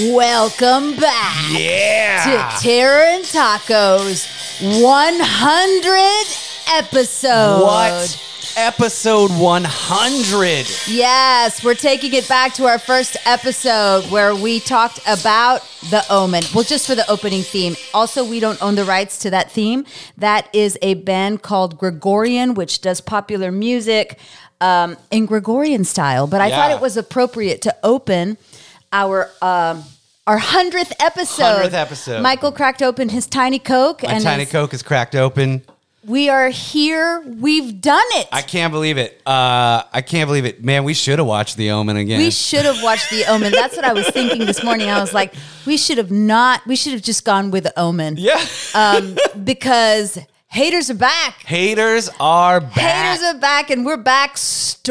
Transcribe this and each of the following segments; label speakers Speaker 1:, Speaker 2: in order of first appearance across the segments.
Speaker 1: Welcome back
Speaker 2: Yeah.
Speaker 1: to Terror and Tacos 100 episode.
Speaker 2: What? Episode 100.
Speaker 1: Yes, we're taking it back to our first episode where we talked about the Omen. Well, just for the opening theme. Also, we don't own the rights to that theme. That is a band called Gregorian, which does popular music um, in Gregorian style. But I thought
Speaker 2: Yeah.
Speaker 1: it was appropriate to open our. Um, our hundredth episode.
Speaker 2: 100th episode.
Speaker 1: Michael cracked open his tiny coke,
Speaker 2: My
Speaker 1: and
Speaker 2: tiny
Speaker 1: it's-
Speaker 2: Coke is cracked open.
Speaker 1: we are here. We've done it.
Speaker 2: I can't believe it. Uh, I can't believe it. Man, we should have watched The Omen again.
Speaker 1: We should have watched The Omen. That's what I was thinking this morning. I was like, we should have not. We should have just gone with The Omen.
Speaker 2: yeah.
Speaker 1: Um, because haters are back.
Speaker 2: Haters are back.
Speaker 1: Haters are back, and we're back strong,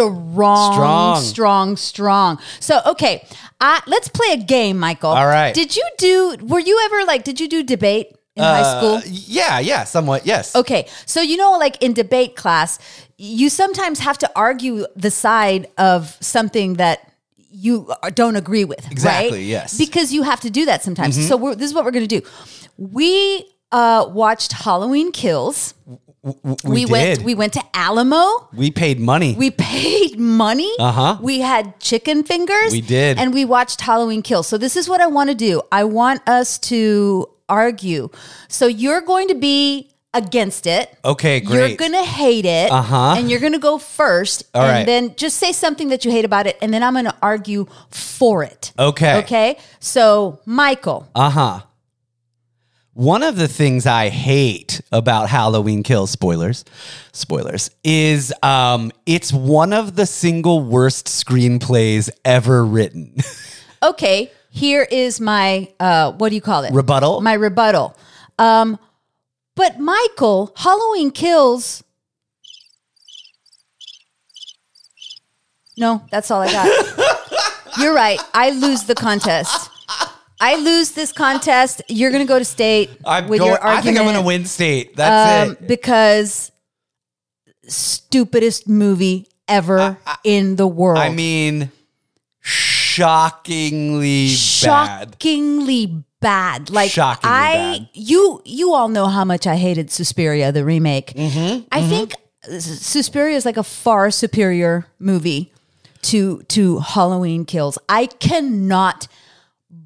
Speaker 2: Strong.
Speaker 1: strong, strong. So, okay, I, let's play a game, Michael.
Speaker 2: All right.
Speaker 1: Did you do? Were you ever like? Did you do debate in high
Speaker 2: Uh,
Speaker 1: school?
Speaker 2: yeah, yeah, somewhat, yes.
Speaker 1: Okay. So, you know, like in debate class, you sometimes have to argue the side of something that you don't agree with. right?
Speaker 2: Exactly, yes. Mm-hmm.
Speaker 1: Because you have to do that sometimes. So, we're, this is what we're going to do. We uh, watched Halloween Kills.
Speaker 2: W-
Speaker 1: We,
Speaker 2: we,
Speaker 1: went.
Speaker 2: did.
Speaker 1: We went to Alamo.
Speaker 2: we paid money.
Speaker 1: We paid money.
Speaker 2: Uh-huh.
Speaker 1: We had chicken fingers.
Speaker 2: We did.
Speaker 1: And we watched Halloween Kills. So this is what I want to do. I want us to argue. So you're going to be against it.
Speaker 2: okay,
Speaker 1: You're
Speaker 2: great.
Speaker 1: gonna hate it,
Speaker 2: Uh-huh.
Speaker 1: and you're gonna go first,
Speaker 2: All
Speaker 1: and
Speaker 2: right.
Speaker 1: then just say something that you hate about it, and then I'm gonna argue for it.
Speaker 2: okay.
Speaker 1: Okay. So, Michael,
Speaker 2: Uh huh. One of the things I hate about Halloween Kills spoilers, spoilers, is um, it's one of the single worst screenplays ever written.
Speaker 1: okay, here is my uh, what do you call it?
Speaker 2: Rebuttal.
Speaker 1: my rebuttal. Um, but Michael, Halloween Kills. No, that's all I got. You're right. I lose the contest. I lose this contest. You're going to go to state
Speaker 2: I'm
Speaker 1: with
Speaker 2: going-
Speaker 1: your
Speaker 2: I
Speaker 1: argument
Speaker 2: think I'm going to win state. That's
Speaker 1: um,
Speaker 2: it.
Speaker 1: because stupidest movie ever in the world.
Speaker 2: I mean, shockingly bad.
Speaker 1: shockingly bad. Like
Speaker 2: Shockingly
Speaker 1: I,
Speaker 2: bad.
Speaker 1: you, you all know how much I hated Suspiria, the remake.
Speaker 2: Mm-hmm,
Speaker 1: I think Suspiria is like a far superior movie to to Halloween Kills. I cannot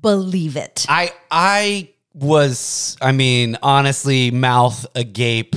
Speaker 1: believe it.
Speaker 2: I I was, I mean, honestly, mouth agape,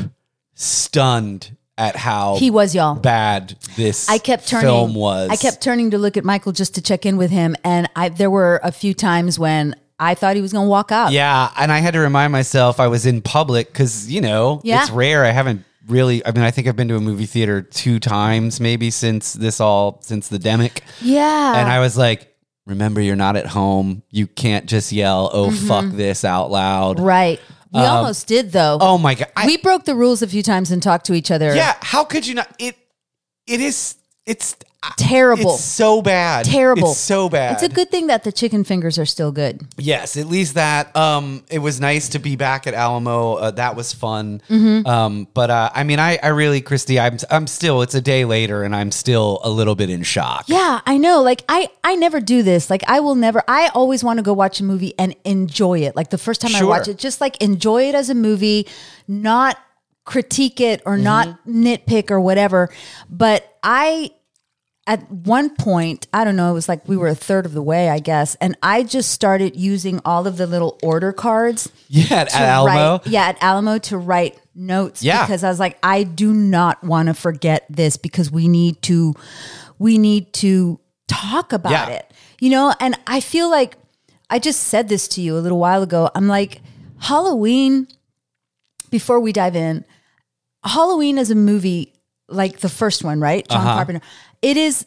Speaker 2: stunned at how
Speaker 1: he was y'all.
Speaker 2: bad this
Speaker 1: I kept turning.
Speaker 2: film was.
Speaker 1: I kept turning to look at Michael just to check in with him, and I there were a few times when I thought he was going to walk out.
Speaker 2: Yeah, and I had to remind myself I was in public because you know
Speaker 1: Yeah.
Speaker 2: it's rare. I haven't really. I mean, I think I've been to a movie theater two times maybe since this all since the demic,
Speaker 1: Yeah.
Speaker 2: and I was like, "Remember, you're not at home. You can't just yell, oh
Speaker 1: Mm-hmm.
Speaker 2: fuck this' out loud."
Speaker 1: right. We almost did though.
Speaker 2: Um, Oh my god! I,
Speaker 1: we broke the rules a few times and talked to each other.
Speaker 2: yeah, how could you not? It it is it's
Speaker 1: Terrible.
Speaker 2: It's so bad.
Speaker 1: Terrible.
Speaker 2: It's so bad.
Speaker 1: It's a good thing that the chicken fingers are still good.
Speaker 2: Yes, at least that. Um, it was nice to be back at Alamo. Uh, that was fun.
Speaker 1: Mm-hmm.
Speaker 2: Um, but uh, I mean, I, I really, Christy, I'm, I'm still. It's a day later, and I'm still a little bit in shock.
Speaker 1: Yeah, I know. Like I I never do this. Like I will never I always want to go watch a movie and enjoy it. Like the first time I
Speaker 2: Sure.
Speaker 1: watch it, just like enjoy it as a movie, not critique it
Speaker 2: Mm-hmm.
Speaker 1: or not nitpick or whatever. But I at one point, I don't know, it was like we were a third of the way, I guess, and I just started using all of the little order cards
Speaker 2: Yeah, at,
Speaker 1: to
Speaker 2: at Alamo.
Speaker 1: Write, yeah, at Alamo to write notes.
Speaker 2: Yeah.
Speaker 1: Because I was like, I do not want to forget this because we need to we need to talk about
Speaker 2: Yeah.
Speaker 1: it. You know, and I feel like I just said this to you a little while ago. I'm like, Halloween, before we dive in, Halloween is a movie like the first one, right? John
Speaker 2: Uh-huh.
Speaker 1: Carpenter. It is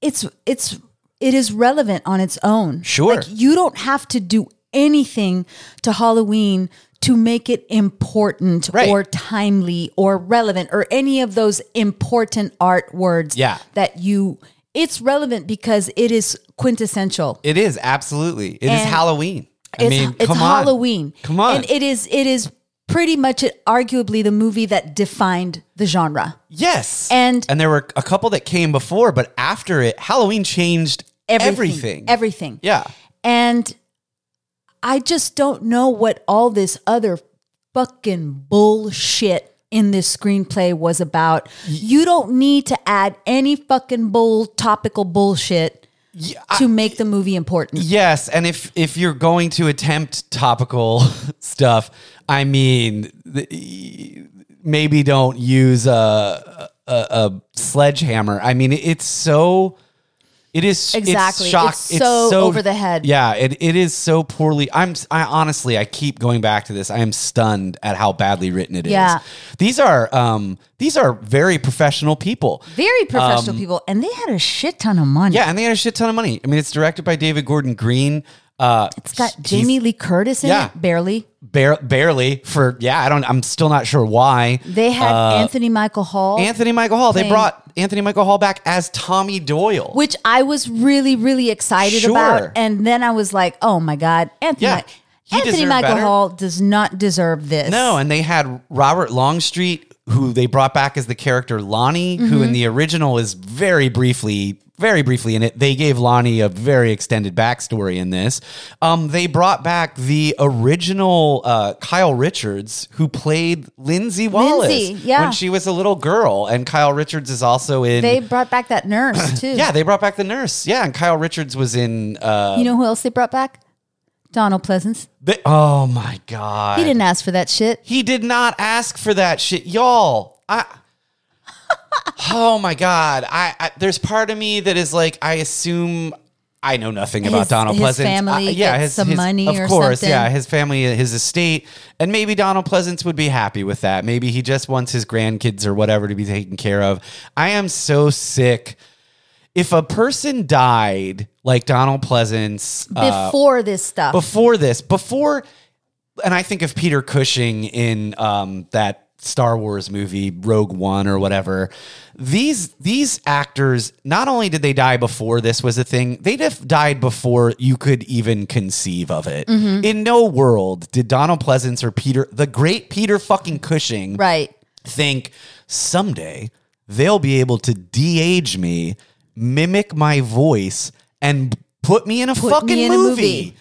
Speaker 1: it's it's it is relevant on its own.
Speaker 2: Sure.
Speaker 1: Like you don't have to do anything to Halloween to make it important
Speaker 2: Right.
Speaker 1: or timely or relevant or any of those important art words
Speaker 2: Yeah.
Speaker 1: that you it's relevant because it is quintessential.
Speaker 2: It is absolutely. It is
Speaker 1: And
Speaker 2: Halloween. I
Speaker 1: it's
Speaker 2: mean,
Speaker 1: it's
Speaker 2: come on.
Speaker 1: Halloween.
Speaker 2: Come on.
Speaker 1: And it is it is pretty much arguably the movie that defined the genre.
Speaker 2: Yes,
Speaker 1: And-
Speaker 2: and there were a couple that came before, but after it, Halloween changed everything.
Speaker 1: Everything. everything.
Speaker 2: yeah,
Speaker 1: And I just don't know what all this other fucking bullshit in this screenplay was about. You don't need to add any fucking bull topical bullshit to make the movie important.
Speaker 2: Yes, and if if you're going to attempt topical stuff, I mean, the- maybe don't use a a, a sledgehammer. I mean, it's so. It is
Speaker 1: Exactly.
Speaker 2: It's, shock,
Speaker 1: It's so over the head.
Speaker 2: Yeah, it, it is so poorly. I'm I honestly I keep going back to this. I am stunned at how badly written it is.
Speaker 1: Yeah.
Speaker 2: These are um these are very professional people.
Speaker 1: Very professional people, and they had a shit ton of money.
Speaker 2: Um, Yeah, and they had a shit ton of money. I mean, it's directed by David Gordon Green. Uh,
Speaker 1: It's got Jamie Lee Curtis in
Speaker 2: Yeah.
Speaker 1: it, barely.
Speaker 2: Bare, barely for yeah i don't i'm still not sure why
Speaker 1: They had
Speaker 2: Uh,
Speaker 1: Anthony Michael Hall,
Speaker 2: anthony michael hall they
Speaker 1: Thing.
Speaker 2: brought anthony michael hall back as tommy doyle
Speaker 1: which I was really, really excited
Speaker 2: Sure.
Speaker 1: about. And then I was like, oh my God, Anthony,
Speaker 2: Yeah. He
Speaker 1: Anthony
Speaker 2: deserved
Speaker 1: Michael
Speaker 2: better.
Speaker 1: Hall does not deserve this.
Speaker 2: no and they had robert longstreet who they brought back as the character lonnie who
Speaker 1: Mm-hmm.
Speaker 2: in the original is very briefly very briefly in it they gave lonnie a very extended backstory in this um, they brought back the original uh, kyle richards who played lindsay wallace
Speaker 1: Lindsay, yeah.
Speaker 2: when she was a little girl and kyle richards is also in
Speaker 1: They brought back that nurse too.
Speaker 2: Yeah, they brought back the nurse. Yeah, and Kyle Richards was in. Uh,
Speaker 1: You know who else they brought back? Donald Pleasance.
Speaker 2: the, oh my god,
Speaker 1: He didn't ask for that shit.
Speaker 2: He did not ask for that shit, y'all. I. oh my god, I, I there's part of me that is like I assume. I know nothing about
Speaker 1: His-
Speaker 2: Donald
Speaker 1: his
Speaker 2: Pleasance.
Speaker 1: family
Speaker 2: I- yeah,
Speaker 1: gets
Speaker 2: his,
Speaker 1: some
Speaker 2: his-
Speaker 1: money
Speaker 2: of
Speaker 1: or
Speaker 2: course.
Speaker 1: something.
Speaker 2: Yeah, his family, his estate, and maybe Donald Pleasance would be happy with that. Maybe he just wants his grandkids or whatever to be taken care of. I am so sick. If a person died like Donald Pleasance,
Speaker 1: Before this stuff.
Speaker 2: before this, before, and I think of Peter Cushing in um, that Star Wars movie Rogue One or whatever. These these actors not only did they die before this was a thing, they def- died before you could even conceive of it. In no world did Donald Pleasance or Peter, the great Peter fucking Cushing,
Speaker 1: right.
Speaker 2: think someday they'll be able to de-age me, mimic my voice, and put me in a fucking
Speaker 1: me in a
Speaker 2: movie.
Speaker 1: movie.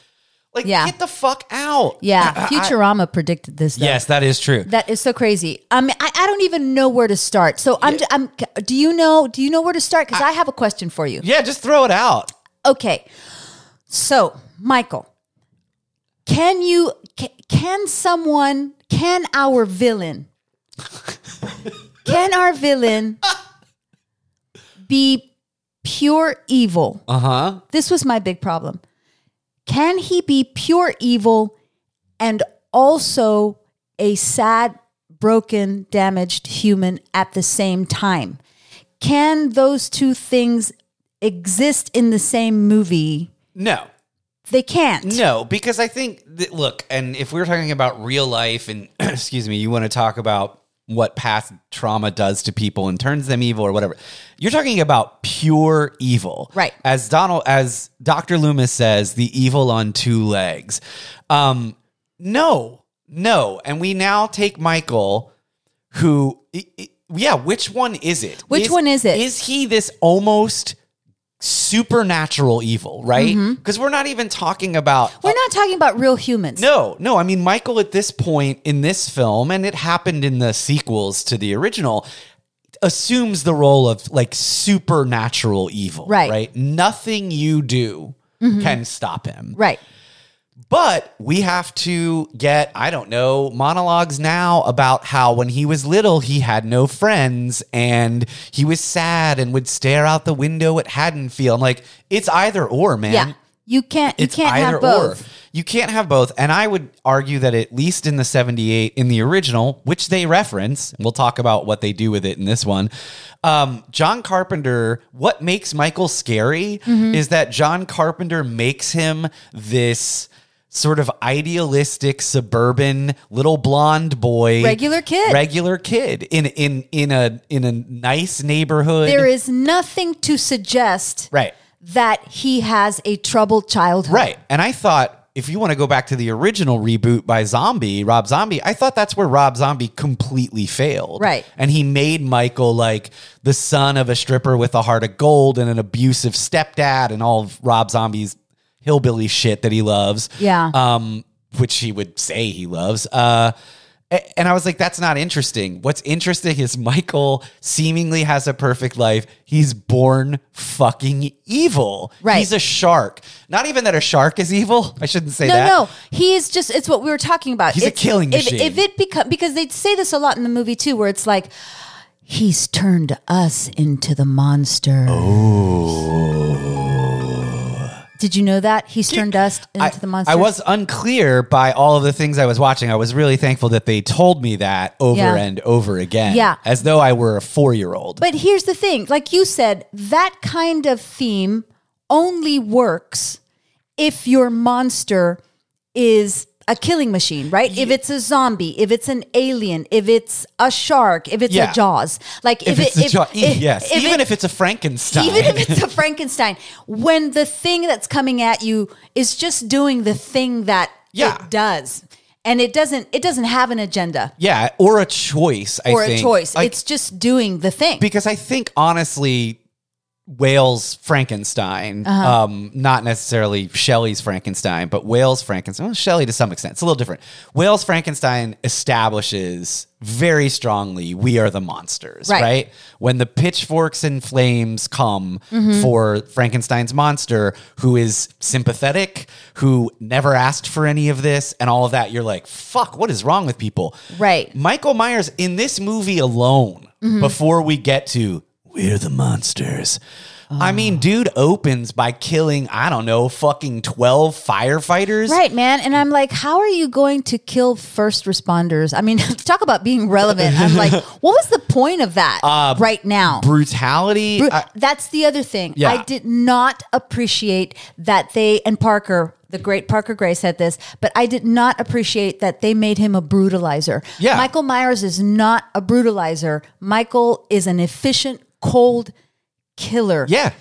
Speaker 2: Like,
Speaker 1: Yeah.
Speaker 2: get the fuck out.
Speaker 1: Yeah. Futurama predicted this though.
Speaker 2: Yes, that is true.
Speaker 1: That is so crazy. I mean, I, I don't even know where to start. So I'm, I'm. Do you know? Do you know where to start? Because I, have a question for you.
Speaker 2: yeah, just throw it out.
Speaker 1: Okay. So Michael, can you? Can, can someone? Can our villain? can our villain be pure evil?
Speaker 2: Uh huh.
Speaker 1: This was my big problem. Can he be pure evil and also a sad, broken, damaged human at the same time? Can those two things exist in the same movie?
Speaker 2: No,
Speaker 1: They can't.
Speaker 2: no, because I think that, look, and if we're talking about real life, and excuse me, you want to talk about what past trauma does to people and turns them evil or whatever. You're talking about pure evil,
Speaker 1: Right.
Speaker 2: As Donald, as Doctor Loomis says, the evil on two legs. Um, no, no, and we now take Michael, who, i- i- yeah, which one is it?
Speaker 1: Which one is it?
Speaker 2: Is he this almost? supernatural evil right
Speaker 1: Mm-hmm.
Speaker 2: because we're not even talking about
Speaker 1: We're not talking about real humans.
Speaker 2: no, no. I mean, Michael at this point in this film, and it happened in the sequels to the original, assumes the role of like supernatural evil.
Speaker 1: Right. Mm-hmm.
Speaker 2: Right. Nothing you do can stop him.
Speaker 1: Right.
Speaker 2: But we have to get, I don't know, monologues now about how when he was little, he had no friends and he was sad and would stare out the window at Haddonfield. I'm like, it's either or, man
Speaker 1: Yeah. You can't you
Speaker 2: it's
Speaker 1: can't
Speaker 2: either
Speaker 1: have both.
Speaker 2: or. You can't have both. And I would argue that at least in the 78, in the original, which they reference, and we'll talk about what they do with it in this one. Um, John Carpenter, what makes Michael scary
Speaker 1: Mm-hmm.
Speaker 2: is that John Carpenter makes him this sort of idealistic suburban little blonde boy
Speaker 1: Regular kid.
Speaker 2: regular kid in in in a in a nice neighborhood
Speaker 1: There is nothing to suggest
Speaker 2: right
Speaker 1: that he has a troubled childhood.
Speaker 2: Right. And I thought if you want to go back to the original reboot by Zombie, Rob Zombie, I thought that's where Rob Zombie completely failed.
Speaker 1: Right.
Speaker 2: And he made Michael like the son of a stripper with a heart of gold and an abusive stepdad and all of Rob Zombie's hillbilly shit that he loves.
Speaker 1: Yeah.
Speaker 2: Um, which he would say he loves. Uh, a- and I was like, that's not interesting. What's interesting is Michael seemingly has a perfect life. He's born fucking evil.
Speaker 1: Right.
Speaker 2: He's a shark. Not even that a shark is evil. I shouldn't say
Speaker 1: No,
Speaker 2: that.
Speaker 1: no. He is just, it's what we were talking about.
Speaker 2: He's a
Speaker 1: It's-
Speaker 2: killing
Speaker 1: if,
Speaker 2: machine.
Speaker 1: If it become, because they say this a lot in the movie too, where it's like, he's turned us into the monster. Oh. Did you know that? He's turned us into
Speaker 2: I,
Speaker 1: the monster.
Speaker 2: I was unclear by all of the things I was watching. I was really thankful that they told me that over
Speaker 1: Yeah.
Speaker 2: and over again.
Speaker 1: Yeah.
Speaker 2: As though I were a four year old.
Speaker 1: But here's the thing like you said, that kind of theme only works if your monster is a killing machine, right? If it's a zombie, if it's an alien, if it's a shark, if it's
Speaker 2: Yeah.
Speaker 1: a Jaws. Like if,
Speaker 2: If it's
Speaker 1: it,
Speaker 2: a
Speaker 1: if,
Speaker 2: jo-
Speaker 1: if-
Speaker 2: yes,
Speaker 1: if it-
Speaker 2: even if it's a Frankenstein,
Speaker 1: even if it's a Frankenstein, when the thing that's coming at you is just doing the thing that
Speaker 2: Yeah.
Speaker 1: it does. And it doesn't it doesn't have an agenda
Speaker 2: yeah, or a choice, I
Speaker 1: or a
Speaker 2: think.
Speaker 1: choice.
Speaker 2: Like,
Speaker 1: it's just doing the thing.
Speaker 2: because I think honestly, Whale's Frankenstein,
Speaker 1: Uh-huh.
Speaker 2: um, not necessarily Shelley's Frankenstein, but Whale's Frankenstein, well, Shelley to some extent, it's a little different. Whale's Frankenstein establishes very strongly we are the monsters,
Speaker 1: Right.
Speaker 2: right? When the pitchforks and flames come
Speaker 1: Mm-hmm.
Speaker 2: for Frankenstein's monster, who is sympathetic, who never asked for any of this, and all of that, you're like, fuck, what is wrong with people?
Speaker 1: Right.
Speaker 2: Michael Myers in this movie alone, before we get to We're the Monsters. I mean, dude opens by killing, I don't know, fucking 12 firefighters.
Speaker 1: Right, man. And I'm like, how are you going to kill first responders? I mean, talk about being relevant. I'm like, what was the point of that right now?
Speaker 2: Brutality. Uh, I-
Speaker 1: That's the other thing.
Speaker 2: Yeah.
Speaker 1: I did not appreciate that they and Parker, the great Parker Gray said this, but I did not appreciate that they made him a brutalizer.
Speaker 2: Yeah.
Speaker 1: Michael Myers is not a brutalizer. Michael is an efficient, cold killer.
Speaker 2: yeah.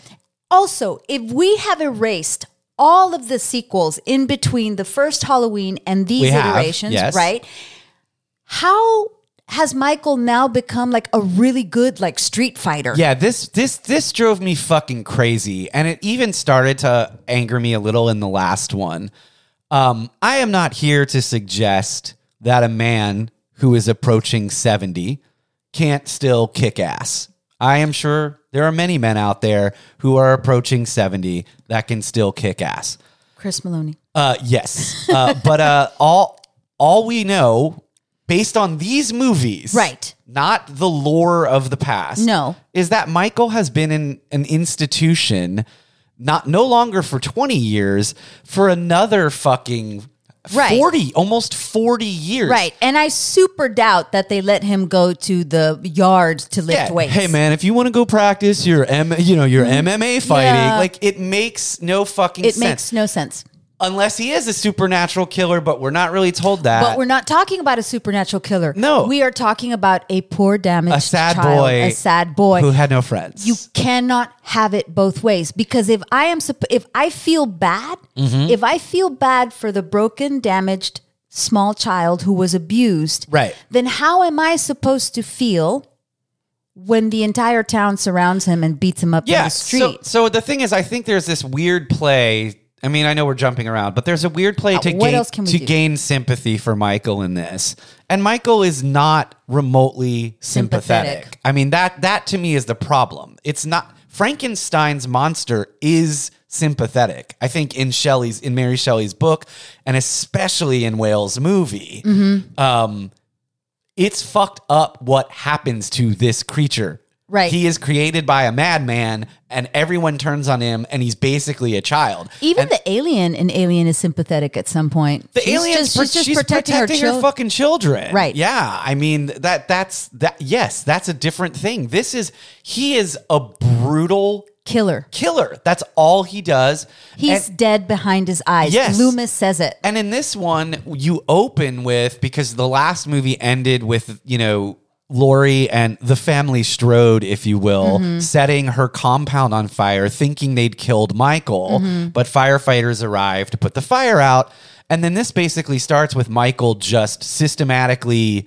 Speaker 1: Also, if we have erased all of the sequels in between the first Halloween and these
Speaker 2: We have,
Speaker 1: iterations,
Speaker 2: yes.
Speaker 1: right? How has Michael now become like a really good like street fighter?
Speaker 2: Yeah, this this this drove me fucking crazy, and it even started to anger me a little in the last one. Um, I am not here to suggest that a man who is approaching seventy can't still kick ass. I am sure there are many men out there who are approaching seventy that can still kick ass.
Speaker 1: Chris Maloney.
Speaker 2: Uh, yes, uh, but uh, all all we know based on these movies,
Speaker 1: Right.
Speaker 2: Not the lore of the past.
Speaker 1: No.
Speaker 2: is that Michael has been in an institution, not no longer for twenty years, for another fucking
Speaker 1: Right.
Speaker 2: forty, almost forty years,
Speaker 1: Right. And I super doubt that they let him go to the yard to lift
Speaker 2: Yeah.
Speaker 1: weights. Mm-hmm.
Speaker 2: Hey man, if you want to go practice your M, you know your MMA fighting,
Speaker 1: Yeah.
Speaker 2: like it makes no fucking
Speaker 1: It
Speaker 2: sense.
Speaker 1: makes no sense.
Speaker 2: Unless he is a supernatural killer, but we're not really told that.
Speaker 1: But we're not talking about a supernatural killer.
Speaker 2: Uh, No.
Speaker 1: We are talking about a poor damaged
Speaker 2: a sad
Speaker 1: child,
Speaker 2: boy,
Speaker 1: a sad boy
Speaker 2: who had no friends.
Speaker 1: you cannot have it both ways because if I am supp- if I feel bad,
Speaker 2: Mm-hmm.
Speaker 1: if I feel bad for the broken, damaged small child who was abused,
Speaker 2: Right.
Speaker 1: Then how am I supposed to feel when the entire town surrounds him and beats him up in the
Speaker 2: So,
Speaker 1: street?
Speaker 2: so the thing is, I think there's this weird play. I mean, I know we're jumping around, but there's a weird play to
Speaker 1: Uh, what
Speaker 2: gain
Speaker 1: else can we
Speaker 2: to
Speaker 1: do?
Speaker 2: gain sympathy for Michael in this. And Michael is not remotely sympathetic.
Speaker 1: Sympathetic.
Speaker 2: I mean that that to me is the problem. It's not Frankenstein's monster is sympathetic. I think in Shelley's in Mary Shelley's book, and especially in Whale's movie,
Speaker 1: Mm-hmm.
Speaker 2: um, it's fucked up what happens to this creature.
Speaker 1: Right.
Speaker 2: He is created by a madman and everyone turns on him and he's basically a child.
Speaker 1: Even the alien in Alien is sympathetic at some point.
Speaker 2: The
Speaker 1: She's
Speaker 2: aliens
Speaker 1: just-
Speaker 2: pro-
Speaker 1: she's just protecting, her, children.
Speaker 2: fucking children.
Speaker 1: Right.
Speaker 2: Yeah. I mean that that's that yes, that's a different thing. This is he is a brutal
Speaker 1: killer.
Speaker 2: killer. That's all he does.
Speaker 1: He's
Speaker 2: and,
Speaker 1: dead behind his eyes.
Speaker 2: Yes.
Speaker 1: Loomis says it.
Speaker 2: and in this one, you open with because the last movie ended with, you know, Lori and the family Strode, if you will,
Speaker 1: Mm-hmm.
Speaker 2: setting her compound on fire, thinking they'd killed Michael,
Speaker 1: Mm-hmm.
Speaker 2: but firefighters arrived to put the fire out. And then this basically starts with Michael just systematically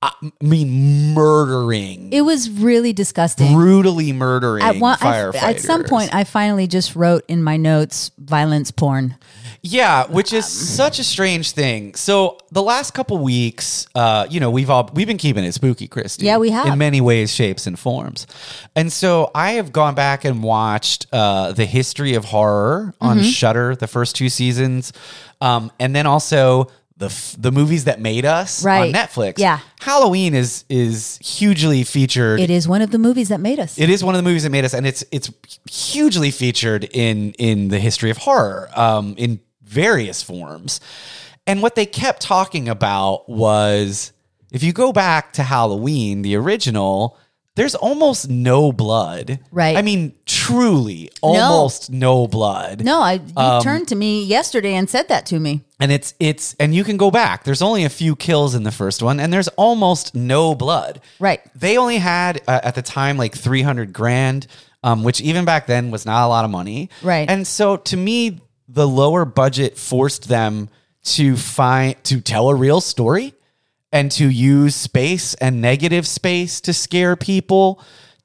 Speaker 2: I mean, murdering,
Speaker 1: It was really disgusting.
Speaker 2: brutally murdering
Speaker 1: At one, I-
Speaker 2: firefighters.
Speaker 1: at some point, I finally just wrote in my notes violence porn.
Speaker 2: Yeah, which
Speaker 1: Um.
Speaker 2: is such a strange thing. So the last couple weeks, uh, you know, we've all we've been keeping it spooky, Christy.
Speaker 1: Yeah, we have.
Speaker 2: in many ways, shapes, and forms. And so I have gone back and watched uh, the history of horror on
Speaker 1: Mm-hmm.
Speaker 2: Shutter, the first two seasons, um, and then also the f- the movies that made us
Speaker 1: Right.
Speaker 2: on Netflix.
Speaker 1: Yeah.
Speaker 2: Halloween is is hugely featured
Speaker 1: It is one of the movies that made us.
Speaker 2: it is one of the movies that made us, and it's it's hugely featured in in the history of horror um, in various forms. And what they kept talking about was if you go back to Halloween, the original, there's almost no blood.
Speaker 1: Right.
Speaker 2: I mean, truly, almost no, blood.
Speaker 1: no, I, you
Speaker 2: Um,
Speaker 1: turned to me yesterday and said that to me.
Speaker 2: And it's it's and you can go back. There's only a few kills in the first one, and there's almost no blood.
Speaker 1: Right.
Speaker 2: They only had uh, at the time like 300 grand, um, which even back then was not a lot of money.
Speaker 1: Right.
Speaker 2: And so to me, the lower budget forced them to find to tell a real story and to use space and negative space to scare people.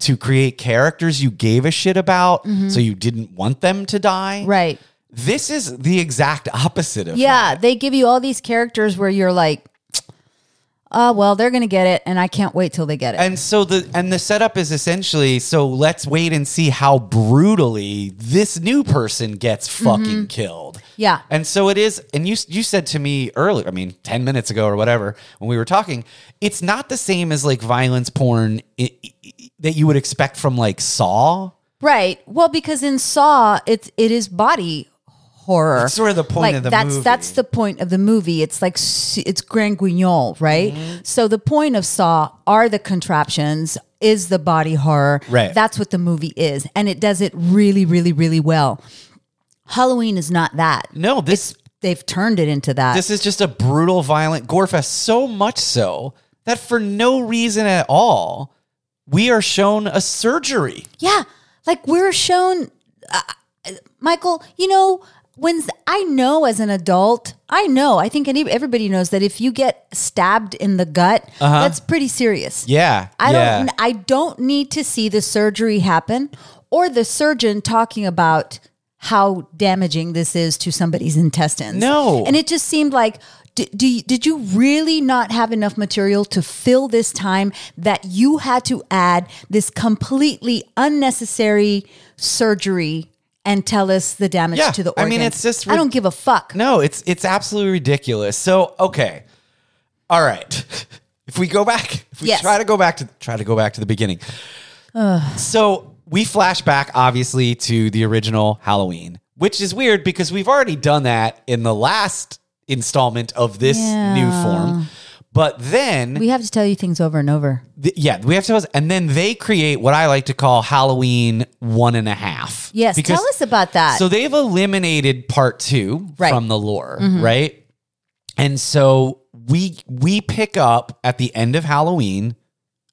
Speaker 2: To create characters you gave a shit about, so you didn't want them to die.
Speaker 1: Mm-hmm. Right.
Speaker 2: This is the exact opposite of
Speaker 1: Yeah, they give you all these characters where you're like, oh, well, they're going to get it, and I can't wait till they get it.
Speaker 2: And so the and the setup is essentially so let's wait and see how brutally this new person gets fucking killed.
Speaker 1: Mm-hmm. Yeah.
Speaker 2: And so it is and you you said to me earlier, I mean 10 minutes ago or whatever when we were talking, it's not the same as like violence porn i i- that you would expect from like Saw.
Speaker 1: right. Well, because in Saw, it's it is body horror.
Speaker 2: That's sort of the point
Speaker 1: like
Speaker 2: of the
Speaker 1: that's
Speaker 2: movie.
Speaker 1: that's the point of the movie. It's like s- it's Grand Guignol, right?
Speaker 2: Mm-hmm.
Speaker 1: So the point of Saw are the contraptions, is the body horror.
Speaker 2: Right.
Speaker 1: That's what the movie is, and it does it really, really, really well. Halloween is not that.
Speaker 2: No, this
Speaker 1: They've turned it into that.
Speaker 2: This is just a brutal, violent gore fest. So much so that for no reason at all, we are shown a surgery.
Speaker 1: Yeah, like we're shown, uh, uh, Michael. You know, when I know as an adult, I know. I think any, everybody knows that if you get stabbed in the gut, that's pretty serious.
Speaker 2: Yeah.
Speaker 1: I
Speaker 2: yeah.
Speaker 1: don't. I don't need to see the surgery happen or the surgeon talking about how damaging this is to somebody's intestines.
Speaker 2: No.
Speaker 1: and it just seemed like. d- Do you, did you really not have enough material to fill this time that you had to add this completely unnecessary surgery and tell us the damage
Speaker 2: Yeah,
Speaker 1: to the
Speaker 2: I
Speaker 1: organ?
Speaker 2: mean, it's just
Speaker 1: I don't give a fuck.
Speaker 2: No, it's it's absolutely ridiculous. So okay, all right. If we go back, if we
Speaker 1: Yes.
Speaker 2: try to go back to try to go back to the beginning. So we flash back obviously to the original Halloween, which is weird because we've already done that in the last installment of this new
Speaker 1: Yeah.
Speaker 2: form. But then
Speaker 1: We have to tell you things over and over.
Speaker 2: th- yeah, we have to, and then they create what I like to call Halloween one and a half.
Speaker 1: Yes,
Speaker 2: Because-
Speaker 1: tell us about that.
Speaker 2: So they've eliminated part two
Speaker 1: Right. Mm-hmm.
Speaker 2: from the lore, right? And so we we pick up at the end of Halloween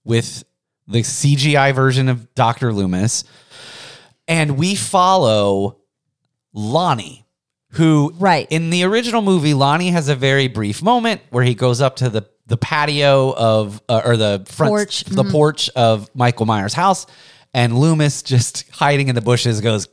Speaker 2: with the CGI version of Doctor Loomis, and we follow Lonnie, who
Speaker 1: Right.
Speaker 2: in the original movie, Lonnie has a very brief moment where he goes up to the the patio of uh, or the front
Speaker 1: Porch.
Speaker 2: the porch of Michael Myers' house, and Loomis just hiding in the bushes goes,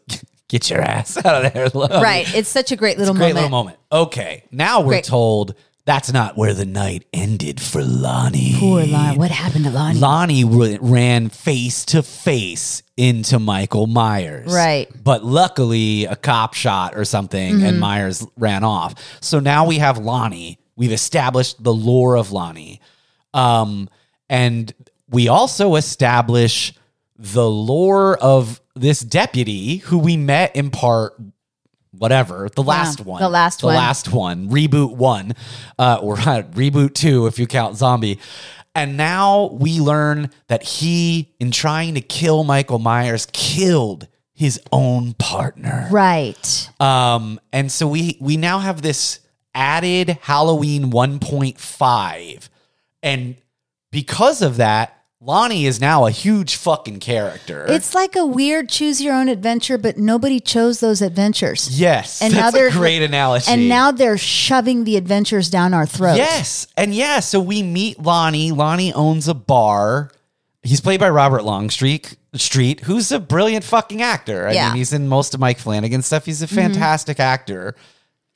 Speaker 2: "Get your ass out of there, Lonnie."
Speaker 1: right, it's such a great little
Speaker 2: Great
Speaker 1: moment.
Speaker 2: little moment. Okay, now we're
Speaker 1: Great.
Speaker 2: told that's not where the night ended for Lonnie.
Speaker 1: Poor Lonnie. What happened to Lonnie?
Speaker 2: Lonnie ra- ran face to face into Michael Myers.
Speaker 1: Right. Mm-hmm.
Speaker 2: But luckily, a cop shot or something, and Myers ran off. So now we have Lonnie. We've established the lore of Lonnie. Um, and we also establish the lore of this deputy who we met in part whatever the last one
Speaker 1: the last
Speaker 2: the
Speaker 1: one.
Speaker 2: last one reboot one uh, or reboot two if you count zombie and now we learn that he in trying to kill michael myers killed his own partner
Speaker 1: Right.
Speaker 2: um, and so we we now have this added Halloween 1.5, and because of that, Lonnie is now a huge fucking character.
Speaker 1: It's like a weird choose your own adventure, but nobody chose those adventures.
Speaker 2: yes,
Speaker 1: and
Speaker 2: and
Speaker 1: now
Speaker 2: that's
Speaker 1: they're-
Speaker 2: a great analogy.
Speaker 1: And now they're shoving the adventures down our throats.
Speaker 2: Yes. And yeah, so we meet Lonnie. Lonnie owns a bar. He's played by Robert Longstreet, Street, who's a brilliant fucking actor. I
Speaker 1: Yeah. Mm-hmm.
Speaker 2: mean, he's in most of Mike Flanagan's stuff. He's a fantastic actor.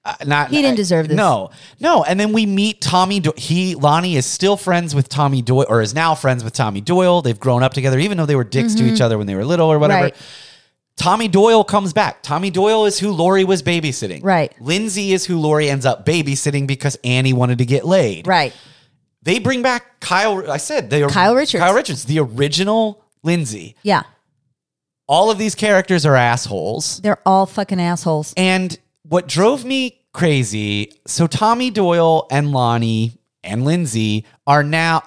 Speaker 2: Uh, not
Speaker 1: He didn't
Speaker 2: I-
Speaker 1: deserve this.
Speaker 2: No, no. And then we meet Tommy. Do- he Lonnie is still friends with Tommy Doyle, or is now friends with Tommy Doyle. They've grown up together, even though they were dicks to each other when they were little or whatever.
Speaker 1: Mm-hmm. Right.
Speaker 2: Tommy Doyle comes back. Tommy Doyle is who Lori was babysitting.
Speaker 1: Right.
Speaker 2: Lindsay is who Lori ends up babysitting because Annie wanted to get laid.
Speaker 1: Right.
Speaker 2: They bring back Kyle. I said they
Speaker 1: Kyle Richards.
Speaker 2: Kyle Richards, the original Lindsay.
Speaker 1: Yeah.
Speaker 2: All of these characters are assholes.
Speaker 1: They're all fucking assholes.
Speaker 2: And what drove me crazy, so Tommy Doyle and Lonnie and Lindsay are now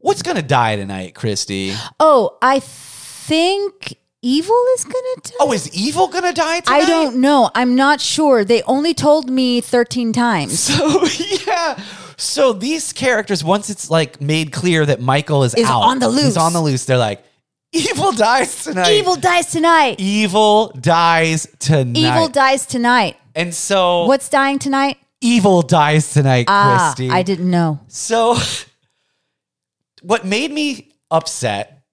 Speaker 2: What's gonna die tonight, Christy?
Speaker 1: Oh, I think evil is going to
Speaker 2: Oh, is evil gonna die tonight?
Speaker 1: I don't know. I'm not sure. They only told me 13 times.
Speaker 2: So yeah. So these characters, once it's like made clear that Michael is,
Speaker 1: Is
Speaker 2: out,
Speaker 1: on the loose.
Speaker 2: he's on the loose. They're like, evil dies tonight.
Speaker 1: Evil dies tonight.
Speaker 2: Evil dies tonight.
Speaker 1: Evil dies tonight.
Speaker 2: and so
Speaker 1: What's dying tonight?
Speaker 2: evil dies tonight,
Speaker 1: Ah,
Speaker 2: Christy.
Speaker 1: I didn't know.
Speaker 2: So what made me upset?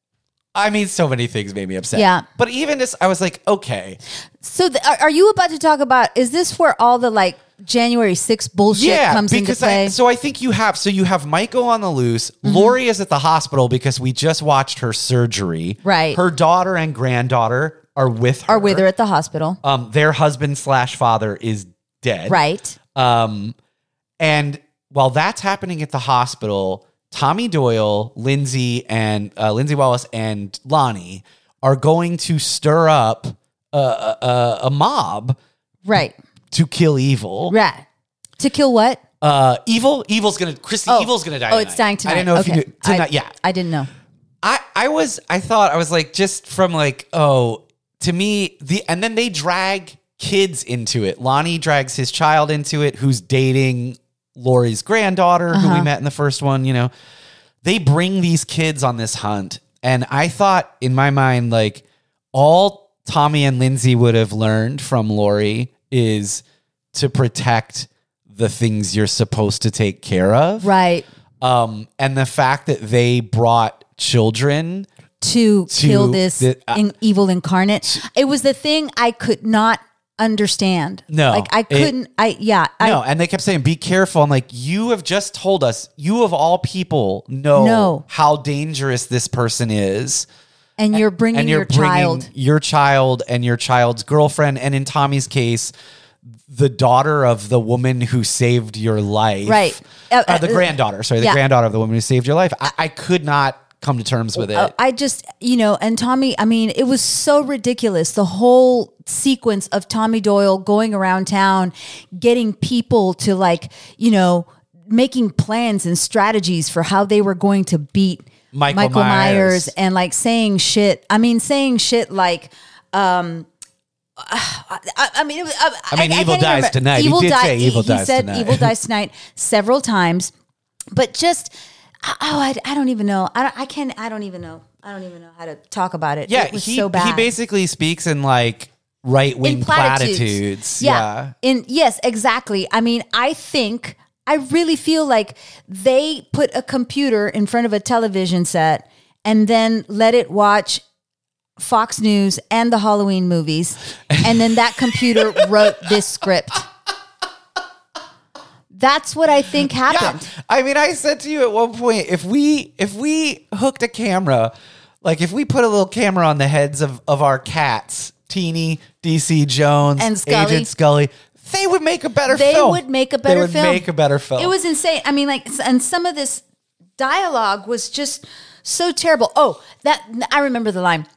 Speaker 2: I mean, so many things made me upset.
Speaker 1: Yeah.
Speaker 2: But even this, I was like, okay,
Speaker 1: So, th- are, are you about to talk about? Is this where all the like January 6th bullshit
Speaker 2: yeah,
Speaker 1: comes into
Speaker 2: because
Speaker 1: play? Mm-hmm.
Speaker 2: I, so I think you have so you have Michael on the loose. Lori is at the hospital because we just watched her surgery.
Speaker 1: Right.
Speaker 2: her daughter and granddaughter are with her.
Speaker 1: or with her at the hospital,
Speaker 2: Um, their husband slash father is dead.
Speaker 1: right?
Speaker 2: Um, and while that's happening at the hospital, Tommy Doyle, Lindsay, and uh, Lindsay Wallace and Lonnie are going to stir up a, a, a- a mob
Speaker 1: Right,
Speaker 2: to kill evil.
Speaker 1: right. To kill what?
Speaker 2: Uh, evil, evil's gonna Christy.
Speaker 1: Oh.
Speaker 2: Evil's gonna die.
Speaker 1: Oh, it's dying tonight.
Speaker 2: I didn't know if
Speaker 1: Okay.
Speaker 2: you knew tonight.
Speaker 1: I,
Speaker 2: yeah,
Speaker 1: I didn't know.
Speaker 2: I, I was, I thought, I was like, just from like, oh, to me, the, and then they drag kids into it. Lonnie drags his child into it, who's dating Lori's granddaughter, who we met in the first one, you know. They bring these kids on this hunt. And I thought in my mind, like, all Tommy and Lindsay would have learned from Lori is to protect the things you're supposed to take care of.
Speaker 1: Right.
Speaker 2: Um, and the fact that they brought children
Speaker 1: To, kill this
Speaker 2: the- uh,
Speaker 1: in, evil incarnate. It was the thing I could not understand.
Speaker 2: No,
Speaker 1: like I
Speaker 2: it-
Speaker 1: couldn't. I yeah. I,
Speaker 2: no, and they kept saying, "Be careful." I'm like, "You have just told us. You of all people know
Speaker 1: No.
Speaker 2: how dangerous this person is,
Speaker 1: and you're bringing
Speaker 2: and you're
Speaker 1: your
Speaker 2: bringing
Speaker 1: child.
Speaker 2: your child and your child's girlfriend, and in Tommy's case, the daughter of the woman who saved your life,
Speaker 1: Right.
Speaker 2: Uh,
Speaker 1: Uh,
Speaker 2: the
Speaker 1: uh,
Speaker 2: granddaughter, sorry, the
Speaker 1: yeah.
Speaker 2: granddaughter of the woman who saved your life. I, I could not come to terms with it.
Speaker 1: Uh, I just, you know, and Tommy, I mean, it was so ridiculous. The whole sequence of Tommy Doyle going around town, getting people to like, you know, making plans and strategies for how they were going to beat
Speaker 2: Michael
Speaker 1: Myers.
Speaker 2: Myers.
Speaker 1: and like saying shit. I mean, saying shit like, um, I, I mean, it was, I,
Speaker 2: I mean, evil
Speaker 1: can't even
Speaker 2: dies
Speaker 1: remember.
Speaker 2: tonight. He did say
Speaker 1: he-
Speaker 2: evil
Speaker 1: he
Speaker 2: dies
Speaker 1: said
Speaker 2: tonight.
Speaker 1: evil dies tonight several times but just oh I, I don't even know I, don't, I can I don't even know I don't even know how to talk about it
Speaker 2: yeah,
Speaker 1: it was
Speaker 2: he
Speaker 1: so bad
Speaker 2: he basically speaks in like right wing
Speaker 1: in platitudes,
Speaker 2: platitudes. yeah.
Speaker 1: in yes exactly I mean I think I really feel like they put a computer in front of a television set and then let it watch Fox News and the Halloween movies and then that computer wrote this script that's what I think happened
Speaker 2: Yeah. I mean, I said to you at one point, if we if we hooked a camera, like if we put a little camera on the heads of of our cats, Teeny, DC Jones,
Speaker 1: And Scully.
Speaker 2: Agent Scully, they would make a better
Speaker 1: they
Speaker 2: film.
Speaker 1: would make a better
Speaker 2: They would
Speaker 1: film.
Speaker 2: make a better film.
Speaker 1: It was insane. I mean, like, and some of this dialogue was just so terrible. Oh, that I remember the line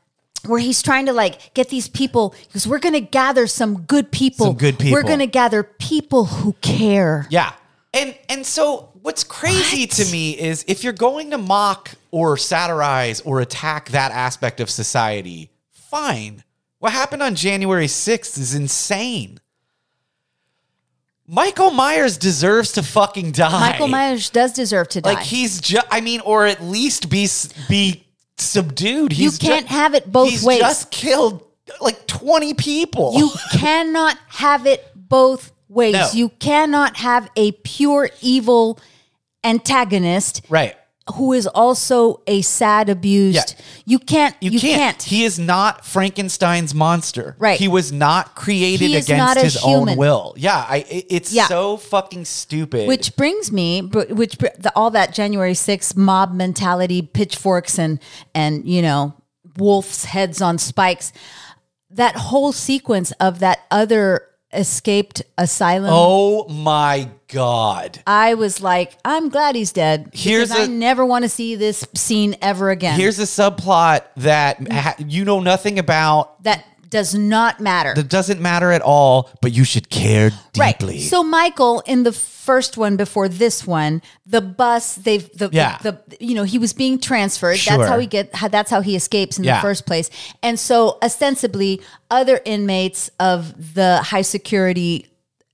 Speaker 1: where he's trying to like get these people because we're going to gather some good people.
Speaker 2: Some good
Speaker 1: We're
Speaker 2: people.
Speaker 1: going to gather people who care.
Speaker 2: Yeah. And and so what's crazy
Speaker 1: What?
Speaker 2: to me is if you're going to mock or satirize or attack that aspect of society, fine. What happened on January 6th is insane. Michael Myers deserves to fucking die.
Speaker 1: Michael Myers does deserve to die.
Speaker 2: Like he's just, I mean, or at least be s- be subdued.
Speaker 1: you
Speaker 2: He's ju-
Speaker 1: can't have it both
Speaker 2: he's
Speaker 1: ways.
Speaker 2: just killed like 20 people.
Speaker 1: You cannot have it both ways.
Speaker 2: No.
Speaker 1: You cannot have a pure evil antagonist
Speaker 2: right.
Speaker 1: who is also a sad abused.
Speaker 2: Yeah.
Speaker 1: You can't. You,
Speaker 2: You, can't. He is not Frankenstein's monster.
Speaker 1: Right.
Speaker 2: He was not created
Speaker 1: He is
Speaker 2: against
Speaker 1: not a
Speaker 2: his own
Speaker 1: human.
Speaker 2: will. Yeah. I, it- it's
Speaker 1: Yeah.
Speaker 2: so fucking stupid.
Speaker 1: which brings me, br- which br- the, all that January 6th mob mentality, pitchforks and and you know wolves' heads on spikes. That whole sequence of that other escaped asylum.
Speaker 2: oh my God.
Speaker 1: I was like, I'm glad he's dead.
Speaker 2: Here's
Speaker 1: because I
Speaker 2: a-
Speaker 1: never want to see this scene ever again.
Speaker 2: Here's a subplot
Speaker 1: Mm.
Speaker 2: that ha- you know nothing about,
Speaker 1: that does not matter.
Speaker 2: that doesn't matter at all, but you should care
Speaker 1: right.
Speaker 2: deeply.
Speaker 1: So Michael in the first one before this one, the bus they've the,
Speaker 2: Yeah.
Speaker 1: the, you know he was being transferred.
Speaker 2: Sure.
Speaker 1: That's how he get. How, that's how he escapes in
Speaker 2: Yeah.
Speaker 1: the first place. And so ostensibly, other inmates of the high security